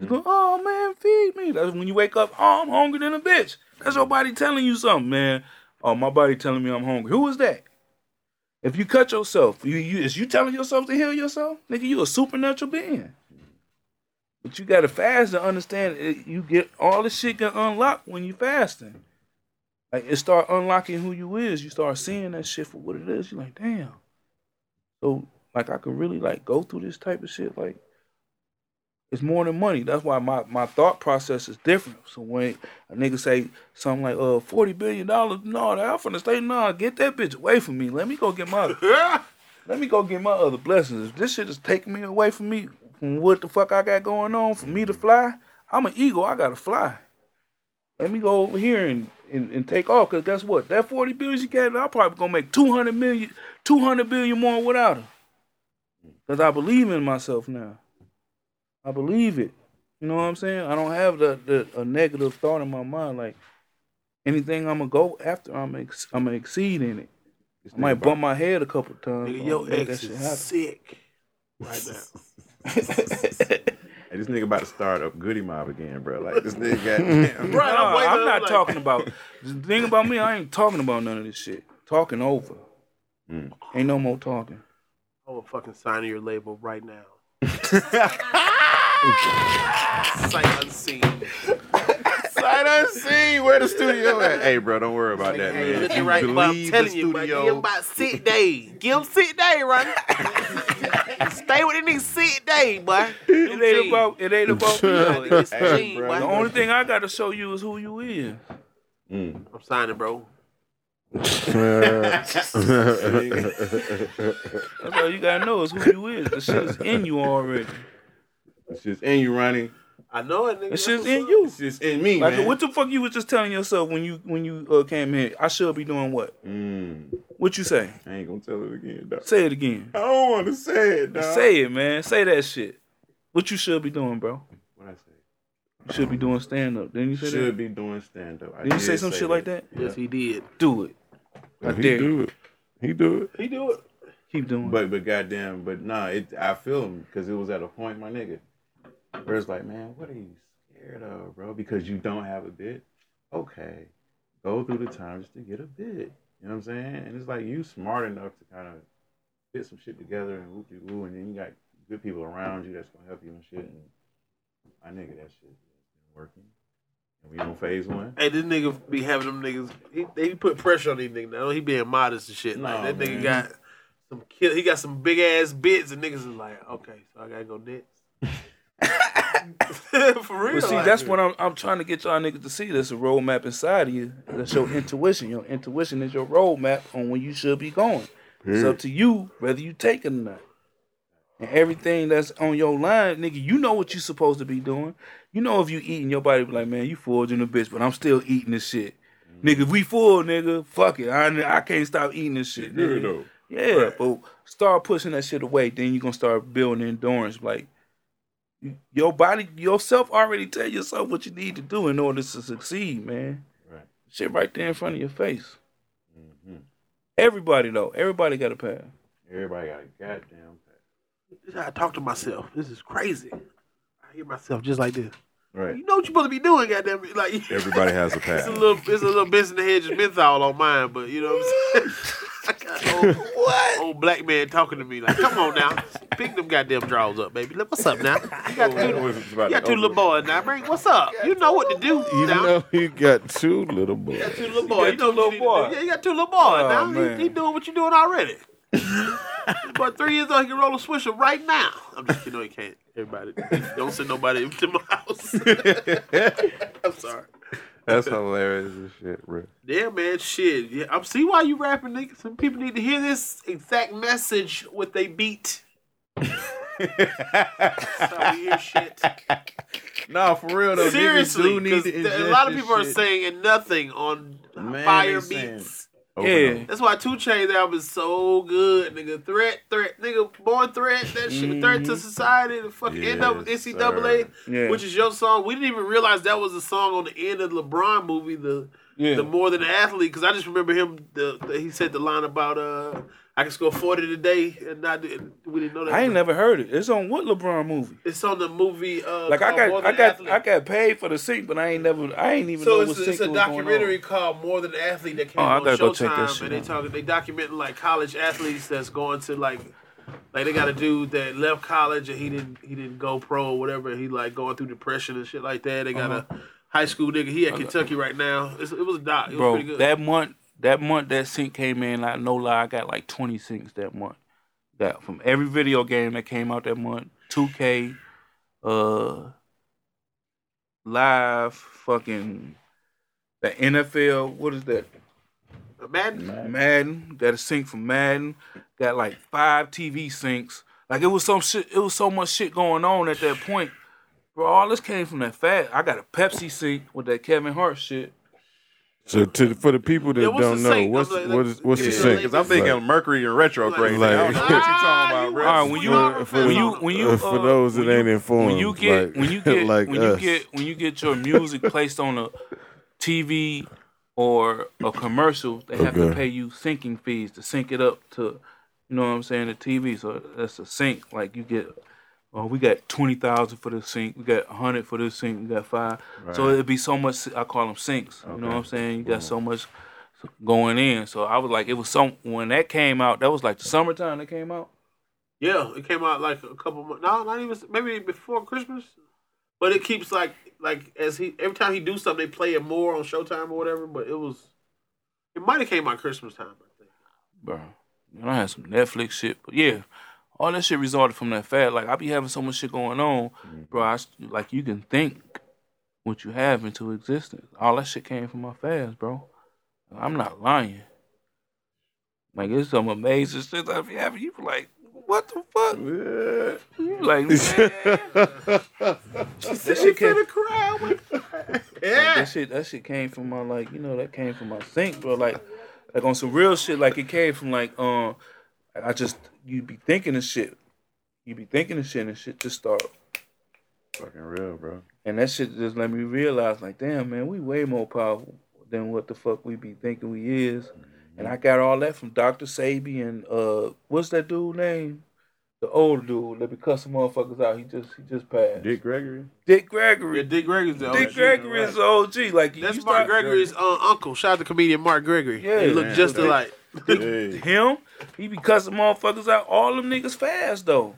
It's going, oh man, feed me. That's when you wake up, oh I'm hungry than a bitch. That's your body telling you something, man. Oh, my body telling me I'm hungry. Who is that? If you cut yourself, you, you is you telling yourself to heal yourself? Nigga, you a supernatural being. But you gotta fast to understand it. you get all this shit get unlocked when you fasting. Like it start unlocking who you is. You start seeing that shit for what it is. You're like, damn. So like I could really like go through this type of shit. Like it's more than money. That's why my, my thought process is different. So when a nigga say something like, uh, forty billion dollars, no, that I'm finna stay, nah, get that bitch away from me. Let me go get my let me go get my other blessings. If this shit is taking me away from me, from what the fuck I got going on, for me to fly, I'm an eagle. I gotta fly. Let me go over here and, and, and take off. Cause guess what? That 40 billion she gave, me, I'm probably gonna make 200 million, 200 billion more without her. Cause I believe in myself now. I believe it. You know what I'm saying? I don't have the, the a negative thought in my mind. Like anything I'm gonna go after, I'm ex- I'm gonna exceed in it. I might bump my head a couple times.
Nigga,
but I'ma
your ex
make Oh, that shit
is
happen.
sick right now.
Hey, this nigga about to start up Goody Mob again, bro. Like this
<laughs>
nigga got
<laughs> Right,
Nah,
I'm, waiting,
I'm not
like,
talking about. The thing about me, I ain't talking about none of this shit. Talking over.
Mm.
Ain't no more talking.
I'm gonna fucking sign your label right <laughs> now. Sight unseen.
sight unseen. Where the studio at? <laughs> Hey, bro, don't worry about that,
Hey,
man.
look
If
it
you
right, but I'm
believe the
telling you, bro. Give him
studio,
about sick day. Give him sick day, right?
<laughs>
Stay with the nigga sick day, boy.
It ain't about. It ain't about. me, though.
It's
Hey,
Gene,
bro.
boy.
the only thing I got to show you is who you is.
Mm.
I'm signing, bro.
That's all you gotta know is who you is. The shit is in you already.
<laughs> it's just in you, Ronnie.
I know it, nigga.
The
That's
shit's
what's
in
up.
you.
It's just in me,
Like
man.
what the fuck you was just telling yourself when you when you uh, came here? I should be doing what?
Mm.
What you say?
I ain't gonna tell it again, dog.
Say it again.
I don't want to say it, dog.
Say it, man. Say that shit. What you should be doing, bro?
What I say?
You should be doing stand up. Didn't you say that?
Should be doing stand up.
Did you say some shit like that?
Yes, he did.
Do it. I
he
dare you.
do it. He do it.
He do it.
Keep doing it.
But but goddamn, but nah, it I feel him because it was at a point, my nigga, where it's like, man, what are you scared of, bro? Because you don't have a bit. Okay, go through the times to get a bit. You know what I'm saying? And it's like you smart enough to kind of fit some shit together and whoop de woo, and then you got good people around you that's gonna help you and shit. And my nigga, that shit been working. And we on phase one.
Hey, this nigga be having them niggas. He, they put pressure on these niggas. Now he being modest and shit.
Nah,
like, that
man.
nigga got some kill. He got some big ass bits, and niggas is like, okay, so I gotta go
<laughs>
next. <laughs> For real.
But see,
like-
that's what I'm, I'm trying to get y'all niggas to see. There's a roadmap inside of you. That's your intuition. Your intuition is your roadmap on when you should be going. It's up to you whether you take it or not. And everything that's on your line, nigga, you know what you're supposed to be doing. You know if you eating, your body be like, man, you forging a bitch, but I'm still eating this shit.
Mm-hmm.
Nigga, if we full, nigga, fuck it. I, I can't stop eating this shit. Nigga. Yeah, but start pushing that shit away. Then you're gonna start building endurance. Like y- your body, yourself already tell yourself what you need to do in order to succeed, man.
Right.
Shit right there in front of your face.
Mm-hmm.
Everybody though, everybody got a path.
Everybody got a goddamn pass.
This is how I talk to myself. This is crazy. I hear myself just like this.
Right.
You know what you're supposed to be doing, goddamn it. Like
Everybody has a pass.
It's a little, it's a little bits in the hedge of menthol on mine, but you know what I'm saying. <laughs> I got old, what? Old black man talking to me like, "Come on now, pick them goddamn drawers up, baby. Look, what's up now? You got two, you got two little boys now, bring. What's up? You know what to do
You
now.
know you got two little
You
boys.
got two little boys. You,
got
know
two
what
little
you need to
boys.
do. Yeah, you got two little boys
Oh,
now.
man.
He, he doing what you
<laughs>
doing already. but three years old, he can roll a swisher right now. I'm just kidding. No, he can't. Everybody, don't send nobody <laughs> to my house. I'm sorry.
<laughs> That's hilarious as shit, bro.
Yeah, man, shit. Yeah, I'm see why you rapping, nigga. Some people need to hear this exact message with they beat. That's how we hear shit.
Nah, for real though. niggas
Seriously,
do need
because
to
a
ingest
lot of
this
people are
shit.
saying nothing on
Man,
fire
they saying-
beats.
Over
Yeah.
them.
That's why Two Chainz album is so good, nigga. Threat, threat, nigga. Born threat, that shit. Threat to society. The fucking end up with
Yes,
NCAA,
sir. Mm-hmm. Yeah.
which is your song. We didn't even realize that was a song on the end of the LeBron movie, the
Yeah.
the more than an athlete. Because I just remember him. The, the- he said the line about uh, I can score forty today, and I did, we didn't know that.
I ain't never heard it. It's on what LeBron movie?
It's on the movie. Uh,
Like I
called More
got, I
Than
got,
Athlete.
I got paid for the sync, but I ain't never, I ain't even
So
know
it's,
what
a-
sync
it's a
was going on.
documentary called More Than Athlete that came
Oh, I
on
gotta
Showtime,
go check that shit
and they
out.
talking, they documenting like college athletes that's going to like, like they got a dude that left college and he didn't he didn't go pro or whatever. and He like going through depression and shit like that. They got
Uh-huh.
a high school nigga. He at Kentucky right now. It's, it was a doc. It was
Bro,
pretty good.
that month, that month that sync came in, like no lie, I got like twenty syncs that month. That from every video game that came out that month, two K, uh, live, fucking, the NFL. What is that?
Madden.
Madden. Got a sync from Madden. Got like five TV syncs. Like it was some shit. It was so much shit going on at that point. Bro, all this came from that fat. I got a Pepsi sync with that Kevin Hart shit.
So to the, for the people that
Yeah, what's
don't
the
know,
sink?
what's
I'm like,
what is, what's the
yeah.
sink?
Because I'm thinking
Like,
Mercury and retrograde.
Like-
I don't know what you're talking about, bro.
All right, when you
Nah,
for,
when you when you
uh,
uh,
for those that
when you-
ain't informed,
when you get
like,
when
<laughs>
you get
like
when
us.
you get when you get your music placed on a TV or a commercial, they have to
Okay.
pay you syncing fees to sync it up to, you know what I'm saying, the TV. So that's a sync. Like you get, oh, we got twenty thousand for this sync, we got hundred for this sync, we got five. So it'd be so much. I call them syncs. You know what I'm saying? You got so much going in. So I was like, it was some when that came out. That was like the summertime that came out.
Yeah, it came out like a couple months. No, not even maybe before Christmas. But it keeps like like as he every time he do something, they play it more on Showtime or whatever. But it was, it might have came out Christmas time. I think.
bro. And I had some Netflix shit, but yeah, all that shit resulted from that fad. Like I be having so much shit going on, bro. I s like you can think what you have into existence. All that shit came from my fads, bro. I'm not lying. Like it's some amazing shit I be having. You be like, what the fuck? You be like, man. that shit came.
oh Yeah,
<laughs> That shit, that shit came from my like, you know, that came from my think, bro. Like, like on some real shit. Like it came from like, um, I just you be thinking this shit, you be thinking this shit, and shit just start.
Fucking real, bro.
And that shit just let me realize, like, damn, man, we way more powerful than what the fuck we be thinking we is. And I got all that from Dr. Sabi and uh, what's that dude name? The old dude that be cussing motherfuckers out. He just he just passed. Dick,
Dick Gregory.
Gregory.
yeah Dick Gregory's the
Dick
OG.
Gregory is the OG. Like you
That's Mark
start-
Gregory's uh, uncle. Shout out to comedian Mark Gregory.
Yeah.
Yeah, he look
Yeah.
just alike.
Hey.
him, he be cussing motherfuckers out. All them niggas fast though,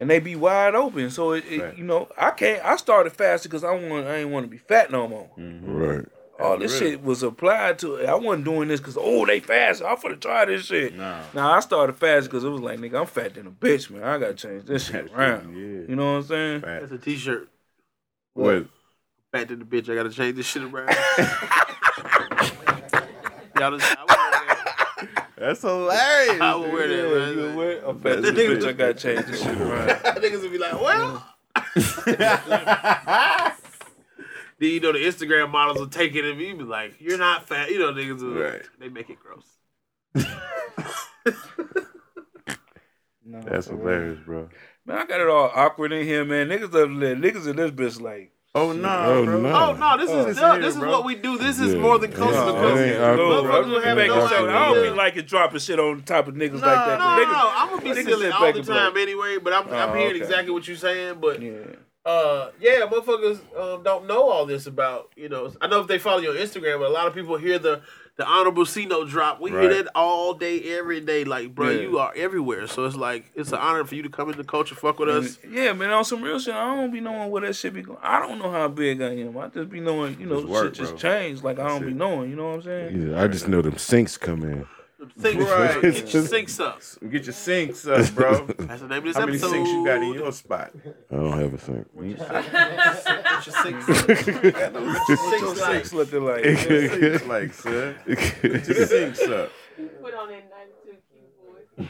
and they be wide open. So it, it
Right.
you know, I can't. I started faster because I want. I ain't want to be fat no more.
right.
All this
Mm. real.
shit was applied to it. I wasn't doing this because oh they fast. I'm finna try this shit.
Nah.
Now I started fast because it was like nigga, I'm fat than a bitch, man. I gotta
<laughs>
change this shit
That's
around.
it, yeah.
You know what I'm saying?
That's a T-shirt.
What?
Back to the bitch. I gotta change this shit
<laughs>
around. Y'all just, I would wear that.
That's
Oh,
hilarious.
I would wear that, man.
I'm fat than a bitch. I gotta change
<laughs>
this shit
<laughs>
around.
Niggas would be like, well. then you know the Instagram models will take it and you be like, you're not fat. You know niggas, will,
Right.
they make it gross.
No,
That's hilarious, bro.
Man, I got it all awkward uh, in here, man. Niggas up there, niggas in this bitch like,
Oh no,
Oh,
bro.
no.
Oh no, this
Oh,
is dub.
yeah,
this is
bro.
what we do. This is
Yeah.
more than
Yeah.
coast to
Nah,
coast.
it ain't- uh, I-
Motherfuckers
I-
don't have
I-
no
I-
idea.
I-
I don't be liking dropping shit on top of niggas like
No,
that.
no, no, I'm gonna be
niggas
silly
sit
all
back
the
and be like-
time anyway. But I'm, I'm
Oh,
hearing
okay.
exactly what you're saying. But
Yeah.
uh, yeah, motherfuckers um, don't know all this about you know. I know if they follow you on Instagram, but a lot of people hear the the honorable C note drop. We
Right.
hear that all day, every day. Like, bro,
Yeah.
you are everywhere. So it's like it's an honor for you to come in the culture, fuck with us.
Yeah, man, on some real shit, I don't be knowing where that shit be going. I don't know how big I am. I just be knowing, you know,
Just work,
shit just
bro.
changed. Like I
That's
don't be
it.
knowing, you know what I'm saying?
Yeah, I just know them sinks come in.
Sink,
Right.
Get your sinks up.
<laughs> Get your sinks up, <laughs> bro.
That's the name of this
How many
episode.
sinks you got in your
<laughs>
spot?
I don't have a sink.
Get your <laughs> sinks up. Get your
What your
sinks like?
sex looking like?
Sinks like, sir. Get <laughs> your sinks up.
Put on that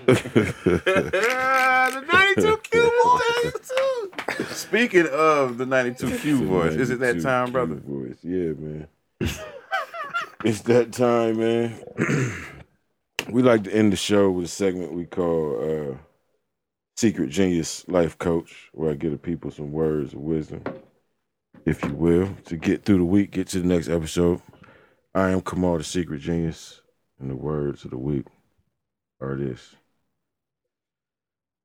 92 cute boy.
<laughs>
Yeah, the
<laughs>
92 Q boy. 92.
Speaking of the 92 Q voice, is it that time, brother?
Voice. Yeah, man. it's that time, man. <clears throat> we like to end the show with a segment we call uh, Secret Genius Life Coach, where I give the people some words of wisdom, if you will, to get through the week, get to the next episode. I am Kamal, the Secret Genius, and the words of the week are this.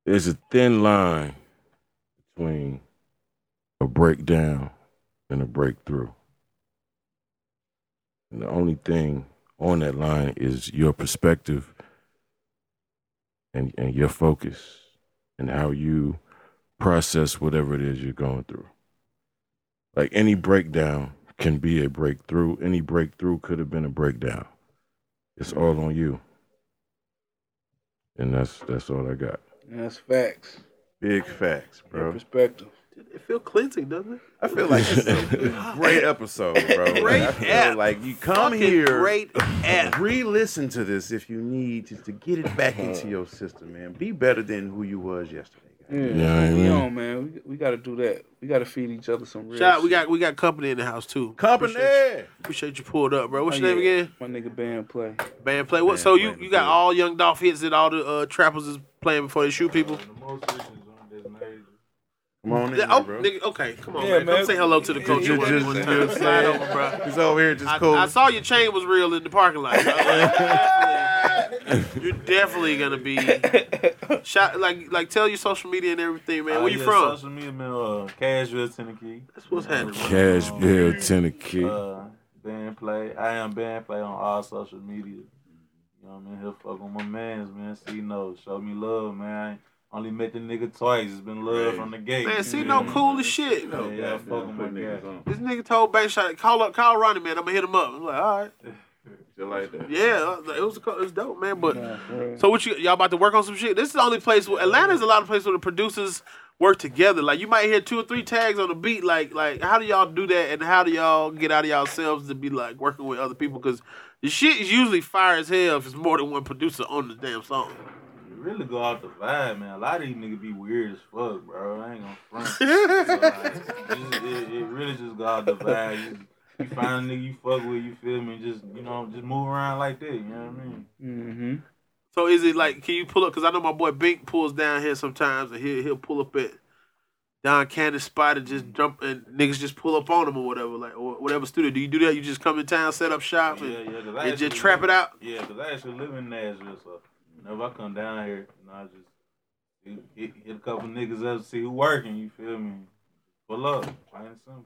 There's a thin line between a breakdown and a breakthrough. And the only thing on that line is your perspective and, and your focus and how you process whatever it is you're going through. Like any breakdown can be a breakthrough, any breakthrough could have been a breakdown. It's all on you. And that's that's all I got.
<laughs> That's facts.
Big facts,
Your
bro.
perspective.
It feel cleansing, doesn't it?
I feel like this is a <laughs> great episode, bro.
Great
I feel
app.
like you come
Fucking
here, <laughs>
Great app.
re-listen to this if you need to, to get it back
Uh-huh.
into your system, man. Be better than who you was yesterday. guys.
Yeah,
Yeah,
we
I mean.
on, man. We, we got to do that. We got to feed each other some real.
Shot, we
shit.
got we got company in the house too.
Company.
Appreciate you, appreciate you pulled up, bro. What's
Oh,
your name
yeah.
again?
My nigga band
<laughs>
play.
Band play. What?
Band
so you
Play,
you got
yeah.
all Young Dolph hits that all the uh, trappers is playing before they shoot people.
Come on in,
Yeah, oh,
bro.
nigga, okay, come on,
Yeah,
man.
man.
Come say hello to the culture
You
one,
just-
one
you
time.
know what I'm
Slide
saying?
over, bro.
He's over here just
I,
cool.
I saw your chain was real in the parking <laughs> lot. so You're definitely gonna be shot. Like, like, tell your social media and everything,
Uh,
man. Where you
Uh, yeah,
from?
Social media, man. Uh, Cashville, Tennessee.
That's what's happening. bro.
Cashville, Tennessee.
Uh, band play. I am band play on all social media. You know what I mean? Here fuck with my mans, man. See no, show me love, man. I ain't- only met the nigga twice. It's been love from the gate.
Man, see,
You
no
know?
cool as shit.
Yeah, yeah, I fuck with my guy.
This nigga told Bankshot, call up, call Ronnie, man. I'm gonna hit him up. I'm like, all right,
like that.
yeah, it was it was dope, man. But
Nah, for real.
so what you y'all about to work on some shit? This is the only place where Atlanta's a lot of places where the producers work together. Like you might hear two or three tags on the beat. Like like how do y'all do that? And how do y'all get out of yourselves to be like working with other people? Because the shit is usually fire as hell if it's more than one producer on the damn
<laughs>
song.
You really go off the vibe, man. A lot of these niggas be weird as fuck, bro. I ain't gonna front.
<laughs>
So, like, just- it, it really just go off the vibe. You, you find a nigga you fuck with, you feel me? Just you know, just move around like that. You know what I mean?
Mm-hmm.
So is it like can you pull up? Because I know my boy Bink pulls down here sometimes, and he'll he'll pull up at Don Cannon's spot and just jump, and niggas just pull up on him or whatever, like or whatever studio. Do you do that? You just come in town, set up shop, and
Yeah, yeah. 'cause I
and
actually
just trap it out?
Yeah, 'cause I actually live in Nashville, so whenever I come down here, you know, I just hit, hit, hit a couple niggas up, see who working. You feel me? Pull up, plain and simple.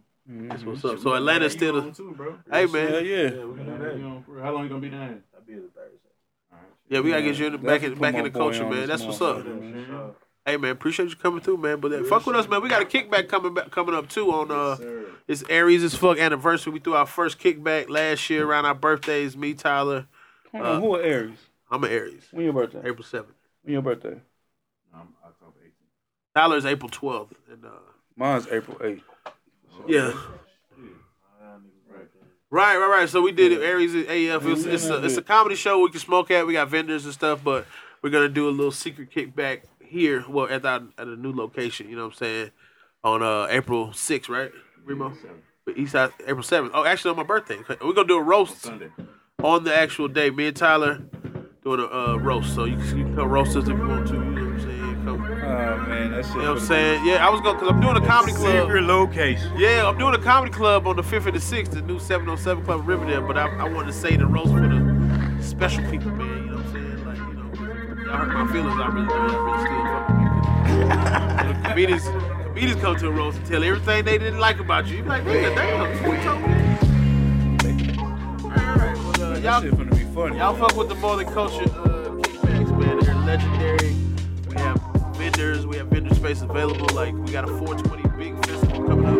that's what's up. So Atlanta's still the
too, bro.
hey man,
Mm-hmm. yeah.
Yeah, we can do that.
How long you gonna be down here?
I'll be here Thursday.
yeah, we gotta get you in the back in,
Definitely
back in the
put my boy
culture,
on
man.
this
That's what's
motherfucker.
up. Hey man, appreciate you coming through, man. But uh, fuck with us, man. We got a kickback coming back coming up too on uh it's Aries as fuck anniversary. We threw our first kickback last year around our birthdays. Me, Tyler,
Hold on, who are Aries?
I'm an Aries.
When your birthday?
April seventh.
When your birthday?
Tyler's April twelfth, and uh,
Mine's April 8th.
yeah. Right, right, right. So we did it. Aries is AF. It's, it's, a, it's a comedy show we can smoke at. We got vendors and stuff, but we're gonna do a little secret kickback here. Well, at our, at a new location. You know what I'm saying? On uh, April 6th, right, Remo? But Eastside April 7th. Oh, actually on my birthday. We're gonna do a roast on the actual day. Me and Tyler doing a uh, roast. So you can, you can come roast us if you want to. You know what I'm saying? Come
Oh, man, that shit.
You know what I'm saying? Yeah, I was going, because I'm doing a comedy club.
Secret location.
Yeah, I'm doing a comedy club on the 5th and the 6th, the new 707 Club in Riverdale, but I, I wanted to say the roast for the special people, man. You know what I'm saying? Like, you know, y'all hurt my feelings. I really do. I really still fuck with you. So comedians, comedians come to a roast and tell everything they didn't like about you. you be like, man, damn, this what you told me. All right, well, uh,
That
y'all,
shit finna be funny.
Y'all fuck with the Northern Culture uh, kickbacks, man. They're legendary. We have vendors. We have vendor space available. Like we got a 420 big festival coming up. We're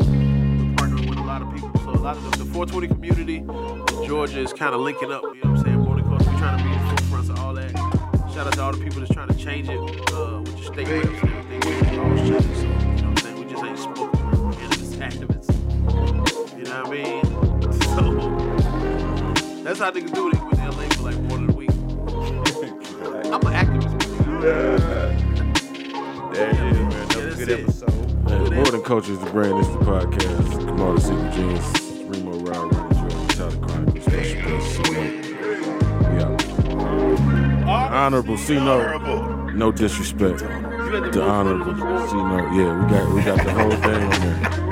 partnering with a lot of people, so a lot of the, the 420 community in Georgia is kind of linking up. You know what I'm saying? Northern Culture. We're trying to be in the forefront of all that. Shout out to all the people that's trying to change it uh, with your state reps and everything. We're all changing, so, you know what I'm saying? We just ain't spoken. We're activists, activists. You know what I mean? <laughs> So that's how niggas do it in LA for like more than a <laughs> week. I'm an activist.
There it is, man. That
Yeah,
was a
that's
good
it.
episode.
Who
Hey,
that-
Northern Culture is the brand. This is the podcast. Kamala Secret Genius, Remo Rod, Ronnie Jordan, Tyler Chronicles, Special Guest, C-Note. We out. Honorable
<laughs>
C-Note. No disrespect. The Honorable C-Note. Yeah, we got, we got the whole thing on there.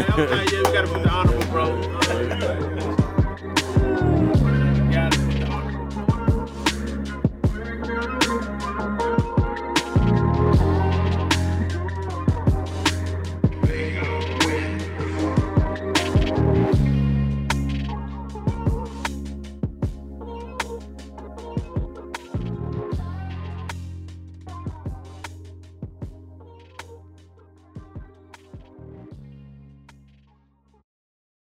<laughs> Yeah, okay, yeah, we gotta put the honorable bro.